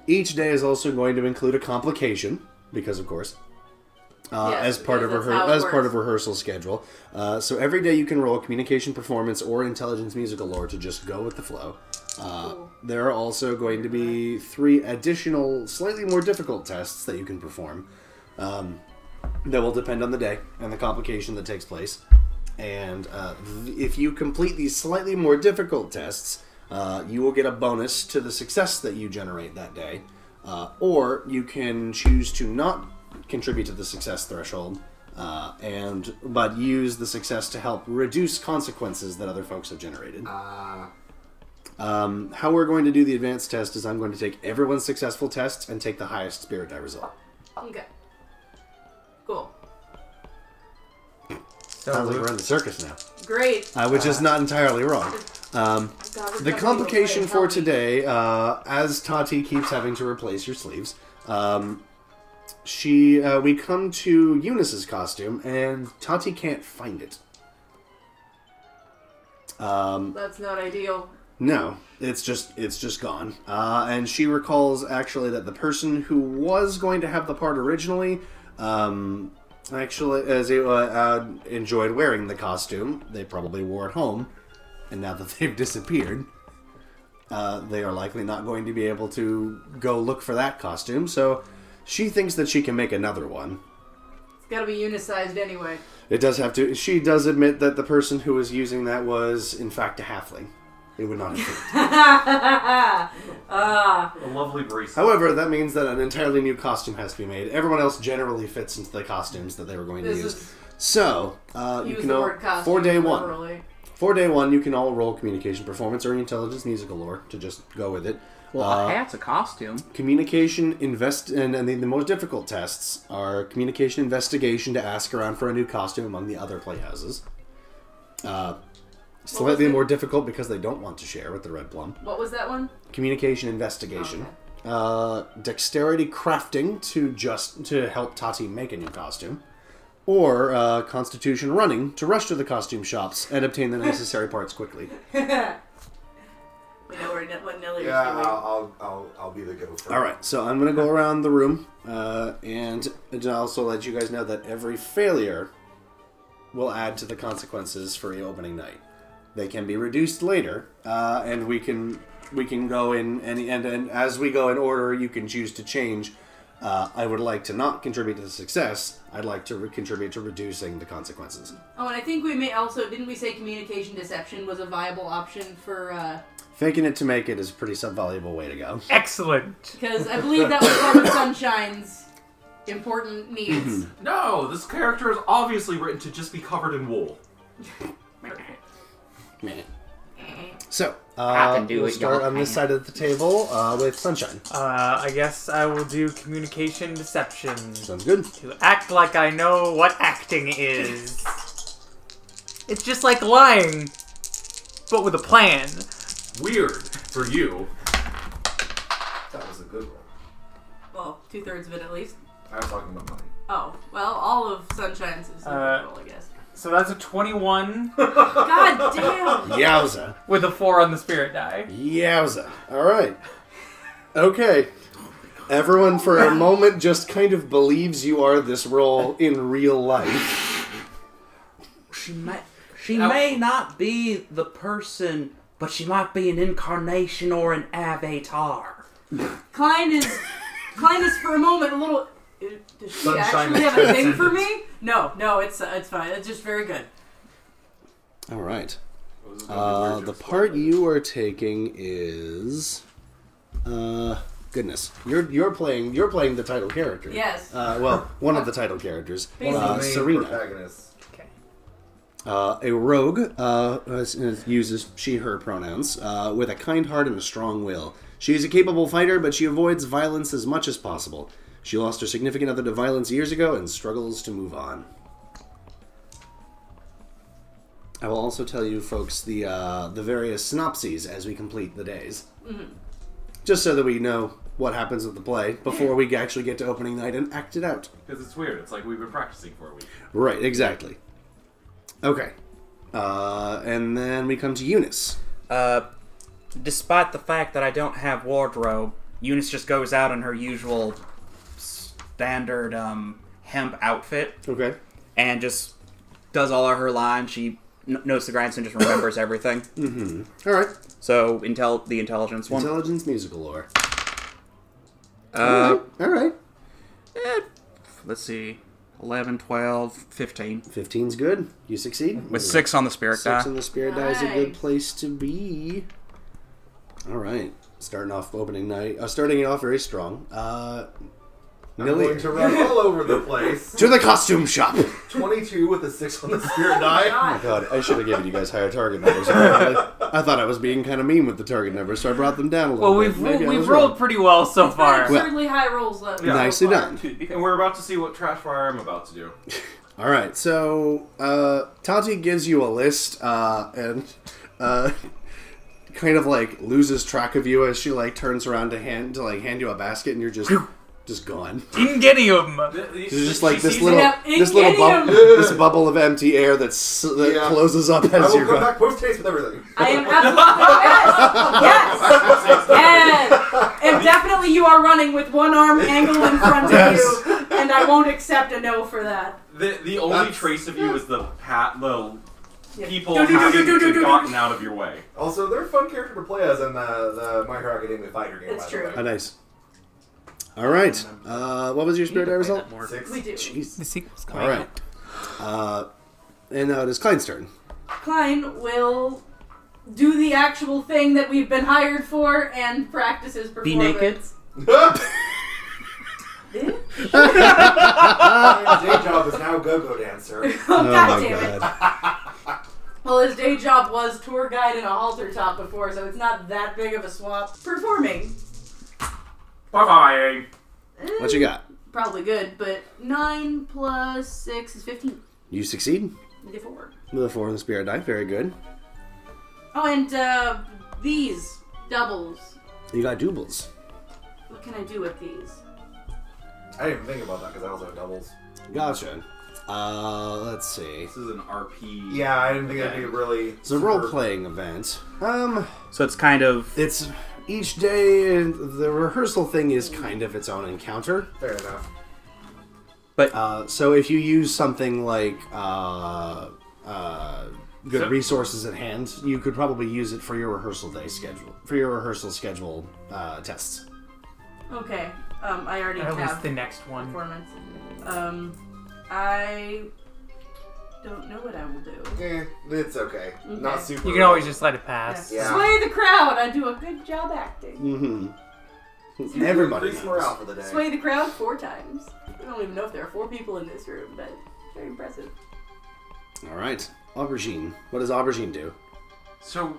[SPEAKER 1] each day is also going to include a complication, because of course uh,
[SPEAKER 5] Yes,
[SPEAKER 1] as part of
[SPEAKER 5] because
[SPEAKER 1] rehear-
[SPEAKER 5] that's how it
[SPEAKER 1] as part
[SPEAKER 5] works.
[SPEAKER 1] of rehearsal schedule. Uh, so every day you can roll communication, performance, or intelligence musical lore to just go with the flow. Uh, there are also going to be three additional, slightly more difficult tests that you can perform. Um, that will depend on the day and the complication that takes place. And uh, th- if you complete these slightly more difficult tests, uh, you will get a bonus to the success that you generate that day. Uh, or you can choose to not contribute to the success threshold, uh, and but use the success to help reduce consequences that other folks have generated. Um, how we're going to do the advanced test is I'm going to take everyone's successful tests and take the highest spirit die result.
[SPEAKER 5] Okay. Cool.
[SPEAKER 1] Sounds like we're in the circus now,
[SPEAKER 5] Great.
[SPEAKER 1] uh, which is not entirely wrong. Um,
[SPEAKER 5] God, we're
[SPEAKER 1] The
[SPEAKER 5] jumping
[SPEAKER 1] complication
[SPEAKER 5] away.
[SPEAKER 1] for
[SPEAKER 5] Help me.
[SPEAKER 1] today, uh, as Tati keeps having to replace your sleeves, um, she uh, we come to Eunice's costume, and Tati can't find it.
[SPEAKER 5] That's not ideal.
[SPEAKER 1] No, it's just it's just gone. Uh, and she recalls actually that the person who was going to have the part originally, um, actually as it, uh, uh, enjoyed wearing the costume. They probably wore it home, and now that they've disappeared, uh, they are likely not going to be able to go look for that costume. So she thinks that she can make another one.
[SPEAKER 5] It's got to be unicized anyway.
[SPEAKER 1] It does have to. She does admit that the person who was using that was in fact a halfling. It would not have. been.
[SPEAKER 4] A lovely bracelet.
[SPEAKER 1] However, that means that an entirely new costume has to be made. Everyone else generally fits into the costumes that they were going to
[SPEAKER 5] This
[SPEAKER 1] use.
[SPEAKER 5] is-
[SPEAKER 1] so, uh, you
[SPEAKER 5] Use
[SPEAKER 1] can
[SPEAKER 5] the
[SPEAKER 1] all
[SPEAKER 5] word costume.
[SPEAKER 1] for day one.
[SPEAKER 5] literally.
[SPEAKER 1] For day one, you can all roll communication, performance, or intelligence, musical lore to just go with it.
[SPEAKER 6] Well,
[SPEAKER 1] Uh,
[SPEAKER 6] a hat's a costume.
[SPEAKER 1] communication, invest, and, and the, the most difficult tests are communication, investigation to ask around for a new costume among the other playhouses. Uh, slightly
[SPEAKER 5] it?
[SPEAKER 1] more difficult because they don't want to share with the red plum
[SPEAKER 5] What was that one?
[SPEAKER 1] communication investigation uh, dexterity crafting to just to help tati make a new costume or uh, constitution running to rush to the costume shops and obtain the necessary parts quickly
[SPEAKER 5] We know where N- what Nelly
[SPEAKER 12] Yeah,
[SPEAKER 5] was doing.
[SPEAKER 12] I'll, I'll, I'll, I'll be the gopher.
[SPEAKER 1] all right so i'm going to go around the room uh, and and I'll also let you guys know that every failure will add to the consequences for opening night they can be reduced later uh, and we can we can go in any and, and as we go in order you can choose to change uh, i would like to not contribute to the success i'd like to re- contribute to reducing the consequences
[SPEAKER 5] Oh, and I think we may also didn't we say communication deception was a viable option for uh
[SPEAKER 1] faking it to make it is a pretty sub valuable way to go
[SPEAKER 9] Excellent.
[SPEAKER 5] because I believe that was part of Sunshine's important needs.
[SPEAKER 4] No, this character is obviously written to just be covered in wool.
[SPEAKER 1] so
[SPEAKER 6] I
[SPEAKER 1] uh,
[SPEAKER 6] can do
[SPEAKER 1] we'll
[SPEAKER 6] it,
[SPEAKER 1] start
[SPEAKER 6] y'all.
[SPEAKER 1] on this side of the table uh, with sunshine
[SPEAKER 9] Uh, I guess I will do communication deception
[SPEAKER 1] sounds good
[SPEAKER 9] to act like I know what acting is. It's just like lying, but with a plan.
[SPEAKER 7] Weird for you.
[SPEAKER 12] That was a good one.
[SPEAKER 5] well, two thirds of it at least.
[SPEAKER 12] I was talking about money.
[SPEAKER 5] Oh, well, all of Sunshine's is
[SPEAKER 9] Uh,
[SPEAKER 5] roll, I guess.
[SPEAKER 9] So that's a 21
[SPEAKER 5] God damn!
[SPEAKER 1] yowza
[SPEAKER 9] with a 4 on the spirit die.
[SPEAKER 1] Yowza. All right. Okay. Everyone, for a moment, just kind of believes you are this role in real life.
[SPEAKER 8] She may, she
[SPEAKER 6] Oh.
[SPEAKER 8] may not be the person, but she might be an incarnation or an avatar.
[SPEAKER 5] Klein is Klein is for a moment a little. uh, Does she
[SPEAKER 4] Sunshine
[SPEAKER 5] actually have a thing for me? No, no, it's uh, it's fine. It's just very good.
[SPEAKER 1] All right. Uh, the part you are taking is. Uh, Goodness, you're you're playing you're playing the title character.
[SPEAKER 5] Yes.
[SPEAKER 1] Uh, well, one of the title characters,
[SPEAKER 5] One of the
[SPEAKER 1] uh,
[SPEAKER 12] main
[SPEAKER 1] Serena,
[SPEAKER 12] protagonists.
[SPEAKER 9] Okay.
[SPEAKER 1] uh, a rogue, uh, is- is- uses she/her pronouns uh, with a kind heart and a strong will. She is a capable fighter, but she avoids violence as much as possible. She lost her significant other to violence years ago and struggles to move on. I will also tell you, folks, the uh, the various synopses as we complete the days, just so that we know what happens with the play before we actually get to opening night and act it out.
[SPEAKER 7] Because it's weird. It's like we've been practicing for a week.
[SPEAKER 1] Right, exactly. Okay, uh, and then we come to Eunice.
[SPEAKER 6] Uh, despite the fact that I don't have wardrobe, Eunice just goes out in her usual standard um, hemp outfit
[SPEAKER 1] Okay,
[SPEAKER 6] and just does all of her lines. She n- knows the grinds and just remembers everything.
[SPEAKER 1] all right.
[SPEAKER 6] So intel the intelligence one.
[SPEAKER 1] Intelligence, musical lore.
[SPEAKER 6] uh,
[SPEAKER 1] Um, all right,
[SPEAKER 6] eh, let's see. 11, 12, 15.
[SPEAKER 1] 15's good. You succeed
[SPEAKER 6] With six on the spirit
[SPEAKER 1] Six on
[SPEAKER 6] die.
[SPEAKER 1] the spirit die is a good
[SPEAKER 5] Nice.
[SPEAKER 1] place to be. All right, starting off opening night. Uh, starting it off very strong. Uh,
[SPEAKER 12] I'm
[SPEAKER 1] Millie-
[SPEAKER 12] going to run all over the place.
[SPEAKER 1] to the costume shop.
[SPEAKER 12] 22 with a 6 on the spirit
[SPEAKER 5] my
[SPEAKER 12] die.
[SPEAKER 5] God.
[SPEAKER 1] Oh God, I should have given you guys higher target numbers. I, I thought I was being kind of mean with the target numbers, so I brought them down a little
[SPEAKER 9] Well,
[SPEAKER 1] bit.
[SPEAKER 9] we've
[SPEAKER 1] Maybe I
[SPEAKER 9] we've
[SPEAKER 1] was wrong.
[SPEAKER 9] rolled pretty well so far.
[SPEAKER 1] Well-
[SPEAKER 5] Absurdly high rolls left.
[SPEAKER 7] Yeah.
[SPEAKER 1] Nicely
[SPEAKER 5] So far.
[SPEAKER 1] done.
[SPEAKER 7] And we're about to see what trash fire I'm about to do.
[SPEAKER 1] All right, so uh, Tati gives you a list uh, and uh, kind of like loses track of you as she like turns around to hand to like hand you a basket, and you're just just gone.
[SPEAKER 9] Didn't get any of 'em.
[SPEAKER 1] There's just like this little
[SPEAKER 5] Yeah,
[SPEAKER 1] this little bubble
[SPEAKER 5] Ingenium.
[SPEAKER 1] this bubble of empty air that's that
[SPEAKER 12] Yeah.
[SPEAKER 1] closes up
[SPEAKER 12] I
[SPEAKER 1] as
[SPEAKER 12] will
[SPEAKER 1] you're
[SPEAKER 12] come
[SPEAKER 1] gone.
[SPEAKER 12] back post haste with everything.
[SPEAKER 5] I am absolutely yes, yes, yes, and definitely you are running with one arm angled in front of you, and I won't accept a no for that.
[SPEAKER 7] The, the only
[SPEAKER 12] That's-
[SPEAKER 7] trace of you is the pat, the
[SPEAKER 5] Yeah.
[SPEAKER 7] people
[SPEAKER 5] Do, do, do,
[SPEAKER 7] having
[SPEAKER 5] do,
[SPEAKER 7] to
[SPEAKER 5] do, do, do.
[SPEAKER 7] gotten out of your way.
[SPEAKER 12] Also, they're a fun character to play as in the, the My Hero Academia fighter game.
[SPEAKER 5] It's
[SPEAKER 12] by
[SPEAKER 5] true.
[SPEAKER 1] Oh, nice. All right. Uh, what was your spirit die result?
[SPEAKER 12] The way. Six.
[SPEAKER 5] We do.
[SPEAKER 9] The sequel's coming.
[SPEAKER 1] All right. Uh, and now it is Klein's turn.
[SPEAKER 5] Klein will do the actual thing that we've been hired for and practice his performance.
[SPEAKER 6] naked?
[SPEAKER 5] Eh?
[SPEAKER 12] Day job is now go-go dancer.
[SPEAKER 5] oh, god
[SPEAKER 1] my
[SPEAKER 5] damn it. Well, his day job was tour guide and a halter top before, so it's not that big of a swap. Performing.
[SPEAKER 7] Bye bye.
[SPEAKER 5] Eh,
[SPEAKER 1] What you got?
[SPEAKER 5] Probably good, but 9 plus 6 is 15.
[SPEAKER 1] You succeed
[SPEAKER 5] Get Four.
[SPEAKER 1] with a four on the spirit die. Very good.
[SPEAKER 5] Oh, and uh, these doubles.
[SPEAKER 1] You got doubles.
[SPEAKER 5] What can I do with these?
[SPEAKER 12] I didn't even think about that because I also have doubles.
[SPEAKER 1] Gotcha. Uh, let's see.
[SPEAKER 7] This is an RP.
[SPEAKER 12] Yeah, I didn't think that'd be
[SPEAKER 7] Okay.
[SPEAKER 12] really.
[SPEAKER 1] It's a role playing event. Um,
[SPEAKER 6] So it's kind of.
[SPEAKER 1] it's each day, and the rehearsal thing is kind of its own encounter.
[SPEAKER 12] Fair enough.
[SPEAKER 1] Uh, so if you use something like uh, uh, good
[SPEAKER 7] So-
[SPEAKER 1] resources at hand, you could probably use it for your rehearsal day schedule, for your rehearsal schedule uh, tests.
[SPEAKER 5] Okay, um, I already
[SPEAKER 9] At least
[SPEAKER 5] have
[SPEAKER 9] the next one.
[SPEAKER 5] performance. Um, I don't know what I will do.
[SPEAKER 12] Eh, it's okay. Not
[SPEAKER 5] Okay.
[SPEAKER 12] super.
[SPEAKER 9] You can always just let it pass.
[SPEAKER 12] Yeah.
[SPEAKER 5] Sway the crowd. I do a good job acting.
[SPEAKER 1] Mm-hmm. Everybody
[SPEAKER 12] Increase morale
[SPEAKER 1] knows.
[SPEAKER 12] for the day.
[SPEAKER 5] Sway the crowd four times. I don't even know if there are four people in this room, but very impressive.
[SPEAKER 1] All right, aubergine. What does aubergine do?
[SPEAKER 7] So,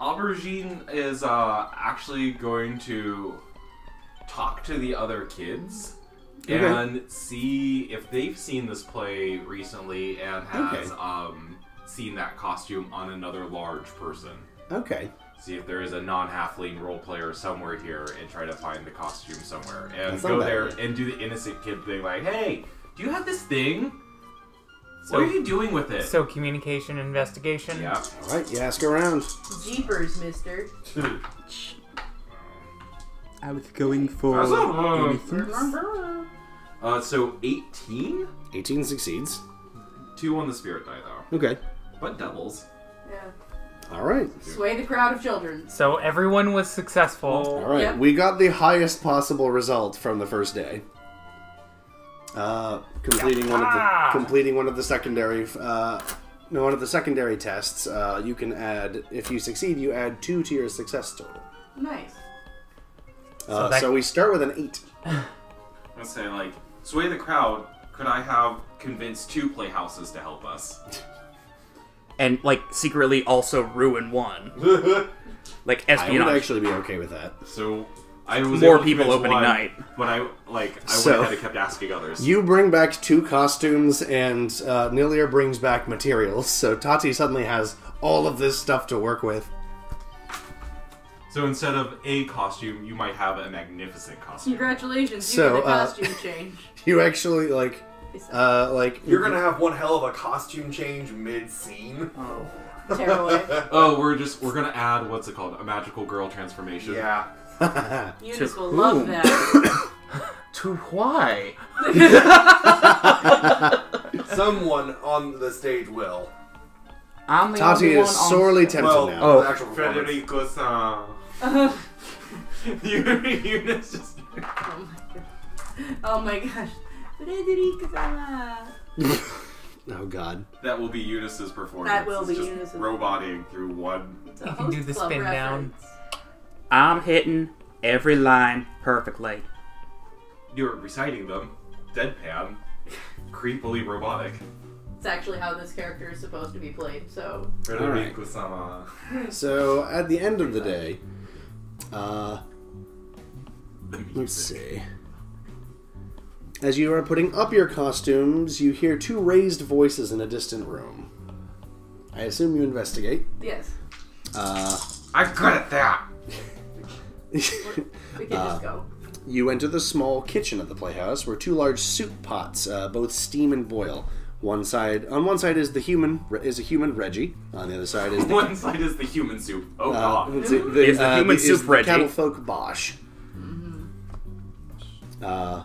[SPEAKER 7] Aubergine is uh, actually going to talk to the other kids
[SPEAKER 1] Okay.
[SPEAKER 7] and see if they've seen this play recently and has
[SPEAKER 1] Okay.
[SPEAKER 7] um, seen that costume on another large person.
[SPEAKER 1] Okay.
[SPEAKER 7] See if there is a non-halfling role player somewhere here, and try to find the costume somewhere, and
[SPEAKER 1] That's not
[SPEAKER 7] go
[SPEAKER 1] bad.
[SPEAKER 7] there and do the innocent kid thing, like, "Hey, do you have this thing?
[SPEAKER 9] So-
[SPEAKER 7] what are you doing with it?"
[SPEAKER 9] So communication, investigation.
[SPEAKER 7] yeah.
[SPEAKER 1] All right. You ask around.
[SPEAKER 5] Jeepers, mister.
[SPEAKER 6] I was going for.
[SPEAKER 7] Uh, so 18?
[SPEAKER 1] 18 succeeds.
[SPEAKER 7] Two on the spirit die, though.
[SPEAKER 1] Okay.
[SPEAKER 7] But doubles.
[SPEAKER 5] Yeah.
[SPEAKER 1] All right.
[SPEAKER 5] Sway the crowd of children.
[SPEAKER 9] So everyone was successful.
[SPEAKER 1] All right.
[SPEAKER 5] Yep.
[SPEAKER 1] We got the highest possible result from the first day. Uh, completing one of the completing one of the secondary uh, Now, one of the secondary tests, uh, you can add, if you succeed, you add two to your success total.
[SPEAKER 5] Nice.
[SPEAKER 1] Uh, so,
[SPEAKER 9] that-
[SPEAKER 1] we start with an eight.
[SPEAKER 7] Let's say like sway the crowd. Could I have convinced two playhouses to help us?
[SPEAKER 9] and like secretly also ruin one. like
[SPEAKER 1] I would
[SPEAKER 9] espionage.
[SPEAKER 1] actually be okay with that.
[SPEAKER 7] So I was
[SPEAKER 9] More
[SPEAKER 7] able to
[SPEAKER 9] people
[SPEAKER 7] convince
[SPEAKER 9] opening
[SPEAKER 7] one,
[SPEAKER 9] night.
[SPEAKER 7] but I like I
[SPEAKER 1] So-
[SPEAKER 7] went ahead and kept asking others.
[SPEAKER 1] You bring back two costumes, and uh, Nilir brings back materials. So Tati suddenly has all of this stuff to work with.
[SPEAKER 7] so instead of a costume, you might have a magnificent costume.
[SPEAKER 5] Congratulations, you
[SPEAKER 1] So,
[SPEAKER 5] got a
[SPEAKER 1] uh,
[SPEAKER 5] costume change.
[SPEAKER 1] You actually like, uh, like
[SPEAKER 12] You're gonna have one hell of a costume change mid scene.
[SPEAKER 5] Tear away.
[SPEAKER 7] Oh, we're just we're gonna add what's it called? A magical girl transformation.
[SPEAKER 12] Yeah.
[SPEAKER 5] Eunice will love that.
[SPEAKER 8] To why?
[SPEAKER 12] Someone on the stage will.
[SPEAKER 8] I'm the
[SPEAKER 1] Tati
[SPEAKER 8] only one
[SPEAKER 1] is
[SPEAKER 8] on-
[SPEAKER 1] sorely tempted
[SPEAKER 12] Well,
[SPEAKER 1] now.
[SPEAKER 12] the actual performance.
[SPEAKER 7] san. Eunice just.
[SPEAKER 5] Oh my god. Oh my gosh. Frederica Sala.
[SPEAKER 1] Oh God.
[SPEAKER 7] That will be Eunice's performance.
[SPEAKER 5] That will
[SPEAKER 7] It's
[SPEAKER 5] be
[SPEAKER 7] just
[SPEAKER 5] Eunice's.
[SPEAKER 7] Roboting through one.
[SPEAKER 5] It's a
[SPEAKER 9] You can do
[SPEAKER 5] host
[SPEAKER 9] the
[SPEAKER 5] club
[SPEAKER 9] spin down.
[SPEAKER 5] reference.
[SPEAKER 6] I'm hitting every line perfectly.
[SPEAKER 7] You're reciting them, deadpan, creepily robotic.
[SPEAKER 5] It's actually how this character is supposed to be played, so.
[SPEAKER 1] right.
[SPEAKER 7] Kusama.
[SPEAKER 1] So at the end of the day, uh, let's see. As you are putting up your costumes, you hear two raised voices in a distant room. I assume you investigate.
[SPEAKER 5] Yes.
[SPEAKER 1] Uh,
[SPEAKER 7] I'm good at that.
[SPEAKER 5] We can
[SPEAKER 1] Uh,
[SPEAKER 5] just go.
[SPEAKER 1] you enter the small kitchen of the playhouse, where two large soup pots uh, both steam and boil. One side, on one side is the human is a human Reggie. On the other side is the
[SPEAKER 7] One side is the human soup. Oh
[SPEAKER 1] Uh,
[SPEAKER 7] god.
[SPEAKER 1] let's see, the,
[SPEAKER 9] Is the
[SPEAKER 1] uh,
[SPEAKER 9] human
[SPEAKER 1] the-
[SPEAKER 9] soup
[SPEAKER 1] is
[SPEAKER 9] Reggie?
[SPEAKER 1] The cattlefolk Bosch. Mm-hmm. Uh,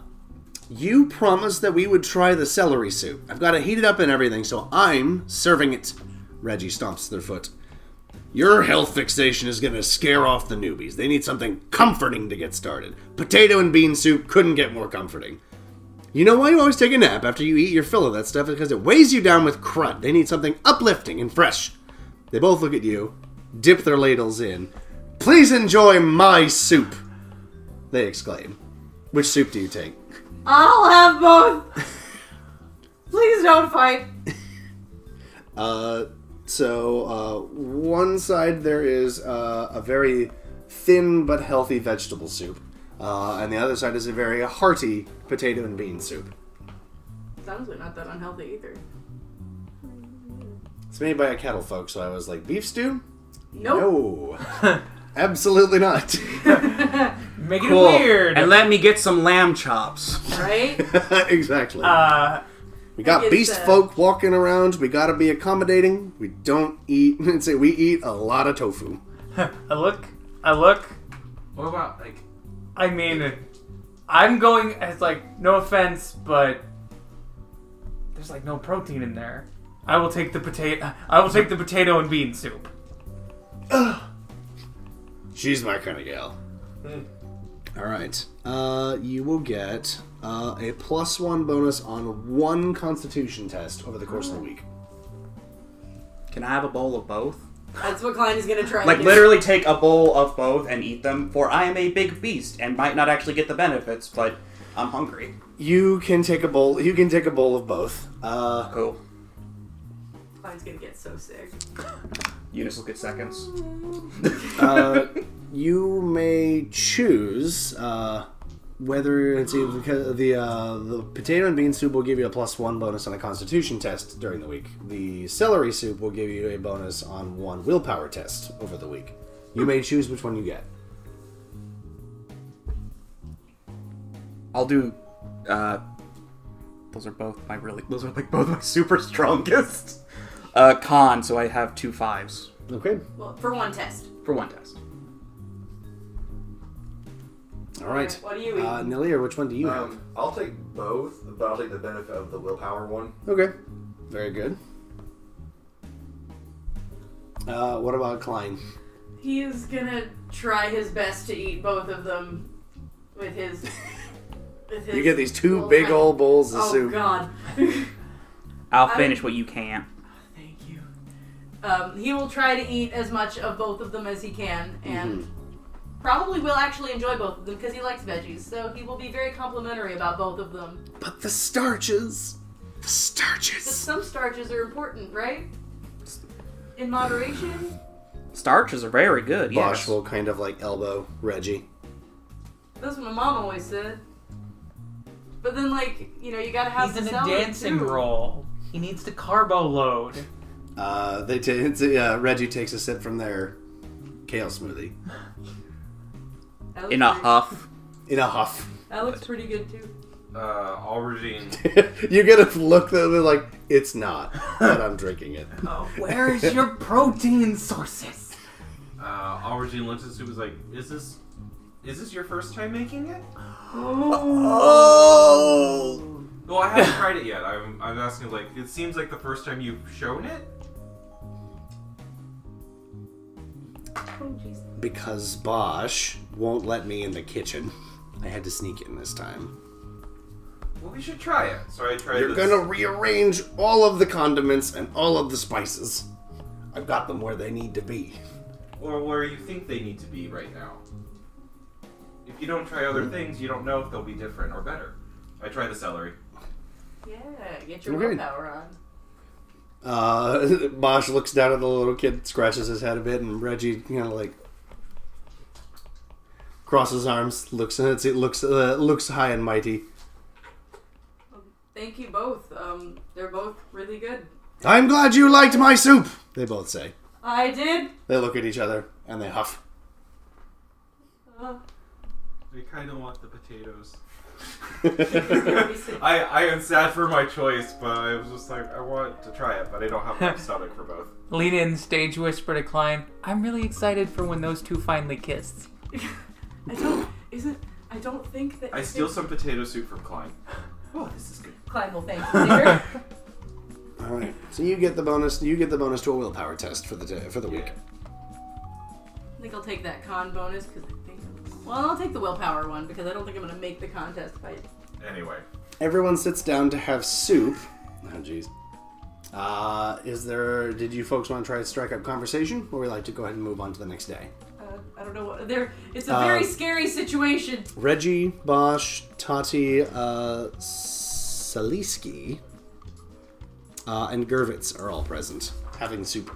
[SPEAKER 1] you promised that we would try the celery soup. I've got it heated up and everything, so I'm serving it. Reggie stomps their foot. Your health fixation is going to scare off the newbies. They need something comforting to get started. Potato and bean soup couldn't get more comforting. You know why you always take a nap after you eat your fill of that stuff? Because it weighs you down with crud. They need something uplifting and fresh. They both look at you, dip their ladles in. Please enjoy my soup! They exclaim. Which soup do you take?
[SPEAKER 5] I'll have both! Please don't fight.
[SPEAKER 1] Uh, so, uh, one side there is uh, a very thin but healthy vegetable soup, uh, and the other side is a very hearty potato and bean soup.
[SPEAKER 5] It's honestly not that unhealthy either.
[SPEAKER 1] It's made by a cattle folk, so I was like, beef stew?
[SPEAKER 5] Nope.
[SPEAKER 1] No. Absolutely not.
[SPEAKER 9] Make it
[SPEAKER 6] Cool.
[SPEAKER 9] weird.
[SPEAKER 6] And let me get some lamb chops.
[SPEAKER 5] Right?
[SPEAKER 1] exactly.
[SPEAKER 9] uh,
[SPEAKER 1] We got
[SPEAKER 5] guess,
[SPEAKER 1] beast
[SPEAKER 5] uh,
[SPEAKER 1] folk walking around. We gotta be accommodating. We don't eat. Say we eat a lot of tofu.
[SPEAKER 9] I look. I look.
[SPEAKER 7] What about like
[SPEAKER 9] I mean, I'm going. It's like no offense, but there's like no protein in there. I will take the potato. I will take the potato and bean soup.
[SPEAKER 1] She's my kind of gal. Hmm. All right. Uh, you will get uh, a plus one bonus on one Constitution test over the course of the week.
[SPEAKER 6] Can I have a bowl of both?
[SPEAKER 5] That's what Klein is gonna try
[SPEAKER 6] Like
[SPEAKER 5] to
[SPEAKER 6] literally take a bowl of both and eat them, for I am a big beast and might not actually get the benefits, but I'm hungry.
[SPEAKER 1] You can take a bowl. You can take a bowl of both. Uh,
[SPEAKER 6] Cool.
[SPEAKER 5] do. Klein's gonna get so sick.
[SPEAKER 6] Eunice will get seconds.
[SPEAKER 1] uh, you may choose uh, whether it's either because the uh, the potato and bean soup will give you a plus one bonus on a Constitution test during the week. The celery soup will give you a bonus on one willpower test over the week. You may choose which one you get.
[SPEAKER 6] I'll do. Uh, those are both my really. Those are like both my super strongest. Uh, con, so I have two fives
[SPEAKER 1] Okay.
[SPEAKER 5] Well, for one test.
[SPEAKER 6] for one test.
[SPEAKER 1] All right.
[SPEAKER 5] What do you eat?
[SPEAKER 1] Uh, Nelia, which one do you have?
[SPEAKER 12] Um, I'll take both, but I'll take the benefit of the willpower one.
[SPEAKER 1] Okay. Very good. Uh, what about Klein?
[SPEAKER 5] He is gonna try his best to eat both of them with his. With his
[SPEAKER 1] You get these two
[SPEAKER 5] little
[SPEAKER 1] big
[SPEAKER 5] hand-
[SPEAKER 1] old bowls of
[SPEAKER 5] Oh
[SPEAKER 1] soup.
[SPEAKER 5] god.
[SPEAKER 6] I'll
[SPEAKER 5] I-
[SPEAKER 6] finish what you can't.
[SPEAKER 5] Thank you. Um, he will try to eat as much of both of them as he can, and
[SPEAKER 6] Mm-hmm.
[SPEAKER 5] probably will actually enjoy both of them because he likes veggies. So he will be very complimentary about both of them.
[SPEAKER 1] But the starches. The
[SPEAKER 5] But
[SPEAKER 1] starches.
[SPEAKER 5] some starches are important, right? In moderation.
[SPEAKER 6] Starches are very good. Yes.
[SPEAKER 1] Bosch will kind of like elbow Reggie.
[SPEAKER 5] That's what my mom always said. But then, like, you know, you gotta have
[SPEAKER 9] He's
[SPEAKER 5] the
[SPEAKER 9] in a
[SPEAKER 5] salad
[SPEAKER 9] dancing
[SPEAKER 5] too.
[SPEAKER 9] role. He needs to carbo load.
[SPEAKER 1] Uh, they t- it's, uh, Reggie takes a sip from their kale smoothie
[SPEAKER 5] That looks
[SPEAKER 6] In a
[SPEAKER 5] pretty-
[SPEAKER 6] huff.
[SPEAKER 1] in a huff.
[SPEAKER 5] That looks pretty good too.
[SPEAKER 7] Uh, aubergine.
[SPEAKER 1] you get a look though, they're like, it's not, but I'm drinking it.
[SPEAKER 5] Oh,
[SPEAKER 9] Where is your protein sources?
[SPEAKER 7] Uh, aubergine looks at soup. Is like, is this, is this your first time making it?
[SPEAKER 1] Oh!
[SPEAKER 7] Well, I haven't tried it yet. I'm, I'm asking like, it seems like the first time you've shown it.
[SPEAKER 1] Because Bosch won't let me in the kitchen. I had to sneak in this time.
[SPEAKER 7] Well, we should try it. So I tried.
[SPEAKER 1] You're
[SPEAKER 7] this.
[SPEAKER 1] gonna rearrange all of the condiments and all of the spices. I've got them where they need to be.
[SPEAKER 7] or where you think they need to be right now. If you don't try other
[SPEAKER 1] Hmm.
[SPEAKER 7] things, you don't know if they'll be different or better. I try the celery.
[SPEAKER 5] Yeah, get your
[SPEAKER 1] Okay.
[SPEAKER 5] willpower on.
[SPEAKER 1] Uh, Bosch looks down at the little kid, scratches his head a bit, and Reggie, you know, like crosses arms, looks and it looks uh, looks high and mighty.
[SPEAKER 5] Thank you both. Um, they're both really good.
[SPEAKER 1] I'm glad you liked my soup. They both say.
[SPEAKER 5] I did.
[SPEAKER 1] They look at each other and they huff.
[SPEAKER 5] Uh,
[SPEAKER 7] I kind of want the potatoes.
[SPEAKER 5] let me see.
[SPEAKER 7] I, I am sad for my choice, but I was just like, I want to try it, but I don't have enough stomach for both.
[SPEAKER 9] Lean in, stage whisper to Klein. I'm really excited for when those two finally kiss.
[SPEAKER 5] I don't. Isn't. I don't think that.
[SPEAKER 7] I steal some potato soup from Klein. Oh, this is good.
[SPEAKER 5] Klein will thank you later.
[SPEAKER 1] All right. So you get the bonus. You get the bonus to a willpower test for the day, for the week.
[SPEAKER 5] I think I'll take that con bonus because I think. Well, I'll take the willpower one because I don't think I'm gonna make the contest fight.
[SPEAKER 7] Anyway,
[SPEAKER 1] Everyone sits down to have soup. Oh, jeez. Uh, is there? Did you folks want to try to strike up conversation, or we like to go ahead and move on to the next day?
[SPEAKER 5] Uh, I don't know what. There. It's
[SPEAKER 9] Uh,
[SPEAKER 5] a very
[SPEAKER 1] Um,
[SPEAKER 5] scary situation.
[SPEAKER 1] Reggie, Bosch, Tati, uh, Salisky, uh, and Gervitz are all present having soup.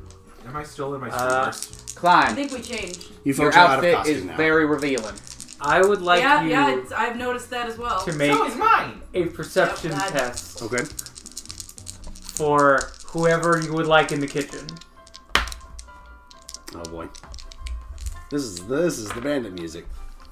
[SPEAKER 7] am I still in my
[SPEAKER 9] Uh,
[SPEAKER 7] streamers?
[SPEAKER 5] I
[SPEAKER 8] Klein,
[SPEAKER 5] think we changed.
[SPEAKER 1] You
[SPEAKER 8] your
[SPEAKER 1] folks are out of
[SPEAKER 8] outfit
[SPEAKER 1] costume
[SPEAKER 8] is
[SPEAKER 1] now.
[SPEAKER 8] very revealing.
[SPEAKER 9] I would like
[SPEAKER 5] yeah,
[SPEAKER 9] you
[SPEAKER 5] yeah. It's, I've noticed that as well.
[SPEAKER 9] to make
[SPEAKER 7] So is mine!
[SPEAKER 9] a perception
[SPEAKER 5] Yep, I-
[SPEAKER 9] test
[SPEAKER 1] okay.
[SPEAKER 9] for whoever you would like in the kitchen.
[SPEAKER 1] Oh boy. This is this is the bandit music.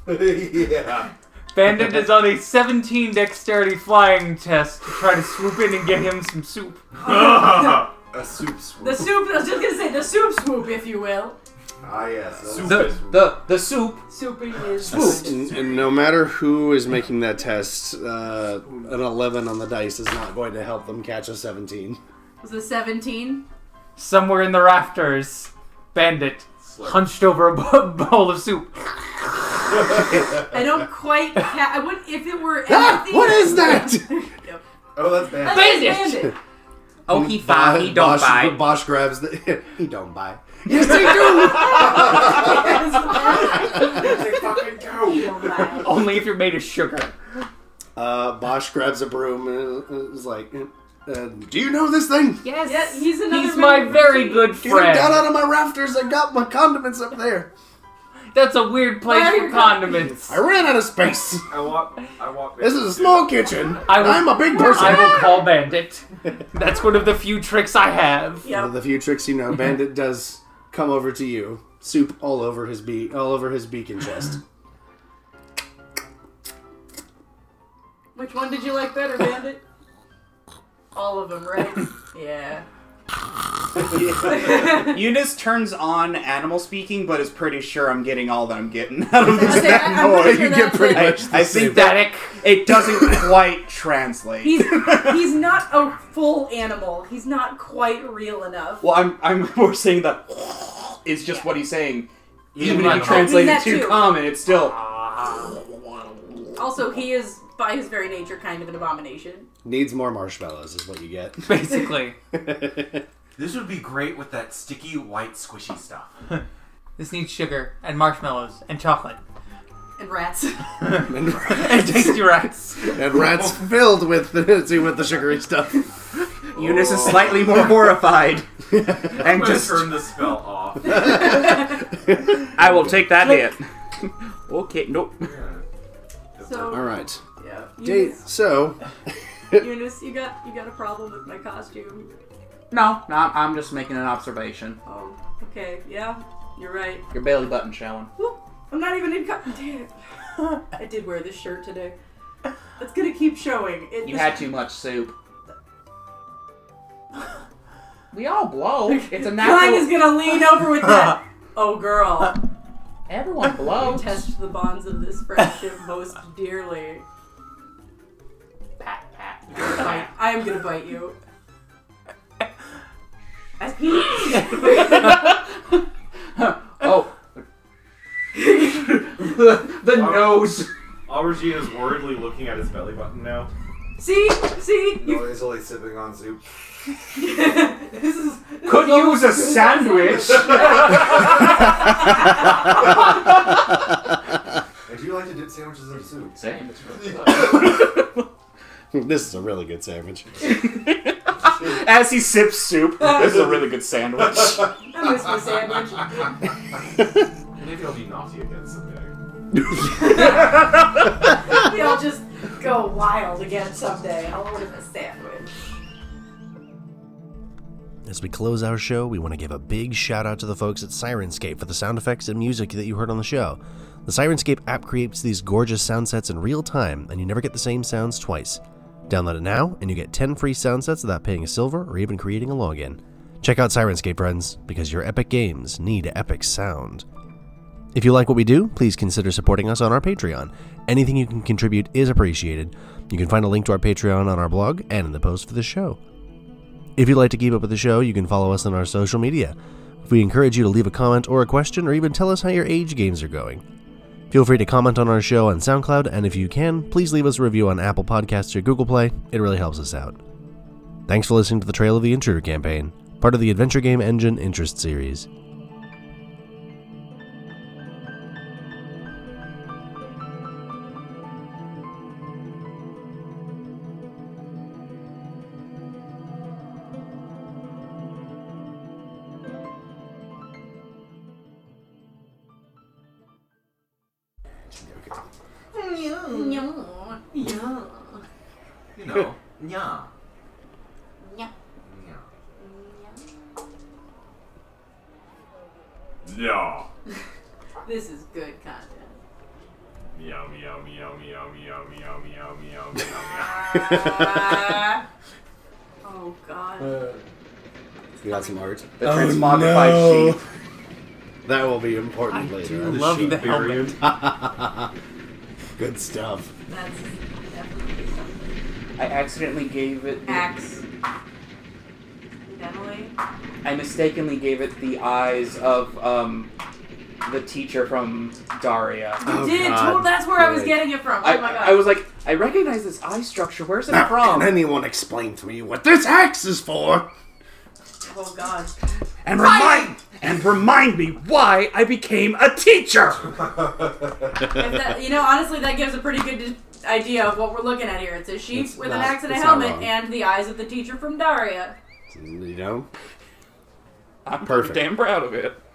[SPEAKER 12] yeah.
[SPEAKER 9] Bandit is on a 17 dexterity flying test to try to swoop in and get him some soup.
[SPEAKER 12] A soup swoop.
[SPEAKER 5] The soup. I was just gonna say the soup swoop, if you will.
[SPEAKER 12] ah, yes. a
[SPEAKER 7] Soup.
[SPEAKER 12] soup
[SPEAKER 8] The
[SPEAKER 12] swoop.
[SPEAKER 8] the the soup.
[SPEAKER 5] Souping is.
[SPEAKER 1] And, and no matter who is making that test, uh, an 11 on the dice is not going to help them catch a 17.
[SPEAKER 5] Was it 17?
[SPEAKER 9] Somewhere in the rafters, Bandit hunched over a bo- bowl of soup.
[SPEAKER 5] I don't quite. Ca- I wouldn't if it were.
[SPEAKER 1] Ah,
[SPEAKER 5] empathy-
[SPEAKER 1] what is that?
[SPEAKER 12] Oh, that's
[SPEAKER 5] I
[SPEAKER 12] bad.
[SPEAKER 5] think it's
[SPEAKER 8] Bandit!
[SPEAKER 5] bandit.
[SPEAKER 8] Oh, he fine. He don't
[SPEAKER 1] Bosch,
[SPEAKER 8] buy.
[SPEAKER 1] Bosch grabs the. he don't buy. Yes, they
[SPEAKER 12] They fucking go.
[SPEAKER 9] Only if you're made of sugar.
[SPEAKER 1] do. uh, Bosch grabs a broom and is like, uh, "Do you know this thing?
[SPEAKER 9] Yes.
[SPEAKER 5] Yeah, he's another.
[SPEAKER 9] He's my
[SPEAKER 5] member.
[SPEAKER 9] very good
[SPEAKER 1] Get it down
[SPEAKER 9] friend.
[SPEAKER 1] out of my rafters! I got my condiments up there.
[SPEAKER 9] That's a weird place
[SPEAKER 5] Why are
[SPEAKER 9] for
[SPEAKER 5] you-
[SPEAKER 9] condiments.
[SPEAKER 1] I ran out of space.
[SPEAKER 7] I walk. I walk.
[SPEAKER 1] This is a small kitchen. I
[SPEAKER 9] will-
[SPEAKER 1] am a big
[SPEAKER 9] I
[SPEAKER 1] person."
[SPEAKER 9] will call Bandit. That's one of the few tricks I have.
[SPEAKER 1] One of the few tricks you know, Bandit does come over to you, soup all over his be all over his beacon chest.
[SPEAKER 5] Which one did you like better, Bandit? All of them, right? Yeah.
[SPEAKER 6] Eunice turns on animal speaking, but is pretty sure I'm getting all that I'm getting out of
[SPEAKER 5] I
[SPEAKER 6] this.
[SPEAKER 5] say, I- I'm pretty sure
[SPEAKER 1] you get
[SPEAKER 5] that's
[SPEAKER 1] pretty
[SPEAKER 5] it.
[SPEAKER 1] much the
[SPEAKER 6] I
[SPEAKER 1] same.
[SPEAKER 6] think that it doesn't quite translate.
[SPEAKER 5] He's he's not a full animal. He's not quite real enough.
[SPEAKER 6] well, I'm I'm more saying that is just what he's saying. Even if
[SPEAKER 9] might-
[SPEAKER 6] you
[SPEAKER 5] I
[SPEAKER 6] translate
[SPEAKER 5] mean
[SPEAKER 6] it
[SPEAKER 5] that
[SPEAKER 6] to
[SPEAKER 5] too.
[SPEAKER 6] common, it's still
[SPEAKER 7] Ah.
[SPEAKER 5] Also, he is by his very nature kind of an abomination.
[SPEAKER 1] needs more marshmallows is what you get.
[SPEAKER 9] Basically.
[SPEAKER 7] This would be great with that sticky white squishy stuff.
[SPEAKER 9] This needs sugar and marshmallows and chocolate
[SPEAKER 5] And rats.
[SPEAKER 1] and,
[SPEAKER 9] and tasty rats.
[SPEAKER 1] and rats filled with the, with the sugary stuff.
[SPEAKER 6] Eunice is slightly more horrified.
[SPEAKER 7] I'm
[SPEAKER 6] and
[SPEAKER 7] gonna
[SPEAKER 6] just,
[SPEAKER 7] turn the spell off.
[SPEAKER 6] I will take that hit. okay, nope.
[SPEAKER 5] so
[SPEAKER 1] All right.
[SPEAKER 5] yeah,
[SPEAKER 1] Date.
[SPEAKER 5] Eunice,
[SPEAKER 1] So,
[SPEAKER 5] Eunice, you got you got a problem with my costume.
[SPEAKER 6] No, no, I'm I'm just making an observation.
[SPEAKER 5] Oh, okay, yeah, you're right.
[SPEAKER 6] Your belly button showing.
[SPEAKER 5] Whoop, I'm not even in. Co- Damn it. I did wear this shirt today. It's gonna keep showing. It
[SPEAKER 6] You had too much soup. We all blow. It's a
[SPEAKER 5] Klein is
[SPEAKER 6] natural.
[SPEAKER 5] gonna lean over with that. Oh, girl.
[SPEAKER 6] Everyone
[SPEAKER 5] You
[SPEAKER 6] blows.
[SPEAKER 5] test the bonds of this friendship most dearly.
[SPEAKER 6] Pat, pat.
[SPEAKER 5] I I am gonna bite you. I-
[SPEAKER 6] Oh. the nose.
[SPEAKER 7] All Regine is worriedly looking at his belly button now.
[SPEAKER 5] see, see, you.
[SPEAKER 12] Noisily sipping on soup.
[SPEAKER 5] this is
[SPEAKER 6] Could use a sandwich.
[SPEAKER 12] I do like to dip sandwiches in soup.
[SPEAKER 6] Same.
[SPEAKER 1] this is a really good sandwich.
[SPEAKER 6] As he sips soup, this is a really good sandwich.
[SPEAKER 5] I miss my sandwich.
[SPEAKER 7] Maybe I'll be naughty again someday.
[SPEAKER 5] Maybe I'll just go wild again someday. I'll order a sandwich.
[SPEAKER 10] As we close our show, we want to give a big shout out to the folks at Sirenscape for the sound effects and music that you heard on the show. The Sirenscape app creates these gorgeous sound sets in real time, and you never get the same sounds twice. Download it now, and you get 10 free sound sets without paying a silver or even creating a login. Check out Sirenscape, friends, because your epic games need epic sound. If you like what we do, please consider supporting us on our Patreon. Anything you can contribute is appreciated. You can find a link to our Patreon on our blog and in the post for the show. If you'd like to keep up with the show, you can follow us on our social media. We encourage you to leave a comment or a question or even tell us how your age games are going. Feel free to comment on our show on SoundCloud, and if you can, please leave us a review on Apple Podcasts or Google Play. It really helps us out. Thanks for listening to the Trail of the Intruder campaign, part of the Adventure Game Engine Interest Series.
[SPEAKER 7] You know, yeah.
[SPEAKER 5] Nya.
[SPEAKER 7] Yeah.
[SPEAKER 5] This is good content.
[SPEAKER 7] Meow meow meow meow meow meow meow meow meow meow.
[SPEAKER 5] Ah. oh God.
[SPEAKER 6] Uh.
[SPEAKER 1] We got some art.
[SPEAKER 6] The transmogrified sheep.
[SPEAKER 1] That will be important later.
[SPEAKER 9] do love the helmet.
[SPEAKER 1] Good stuff.
[SPEAKER 5] That's definitely something.
[SPEAKER 6] I accidentally gave it. the-
[SPEAKER 5] Axe. Emily.
[SPEAKER 6] I mistakenly gave it the eyes of um, the teacher from Daria.
[SPEAKER 1] Oh,
[SPEAKER 5] Did
[SPEAKER 1] God.
[SPEAKER 5] tot- that's where I was
[SPEAKER 1] Right.
[SPEAKER 5] getting it from. Oh
[SPEAKER 6] I,
[SPEAKER 5] my God.
[SPEAKER 6] I was like, I recognize this eye structure. Where's it
[SPEAKER 1] Can
[SPEAKER 6] from?
[SPEAKER 1] anyone explain to me what this axe is for?
[SPEAKER 5] oh God.
[SPEAKER 6] And remind and remind me why I became a teacher.
[SPEAKER 5] If that, you know, honestly, that gives a pretty good idea of what we're looking at here. It's a sheep
[SPEAKER 1] It's
[SPEAKER 5] with an
[SPEAKER 1] not-
[SPEAKER 5] axe and a
[SPEAKER 1] it's not
[SPEAKER 5] helmet,
[SPEAKER 1] wrong.
[SPEAKER 5] and the eyes of the teacher from Daria.
[SPEAKER 1] You know?
[SPEAKER 6] I'm
[SPEAKER 1] Perfect.
[SPEAKER 6] damn proud of it.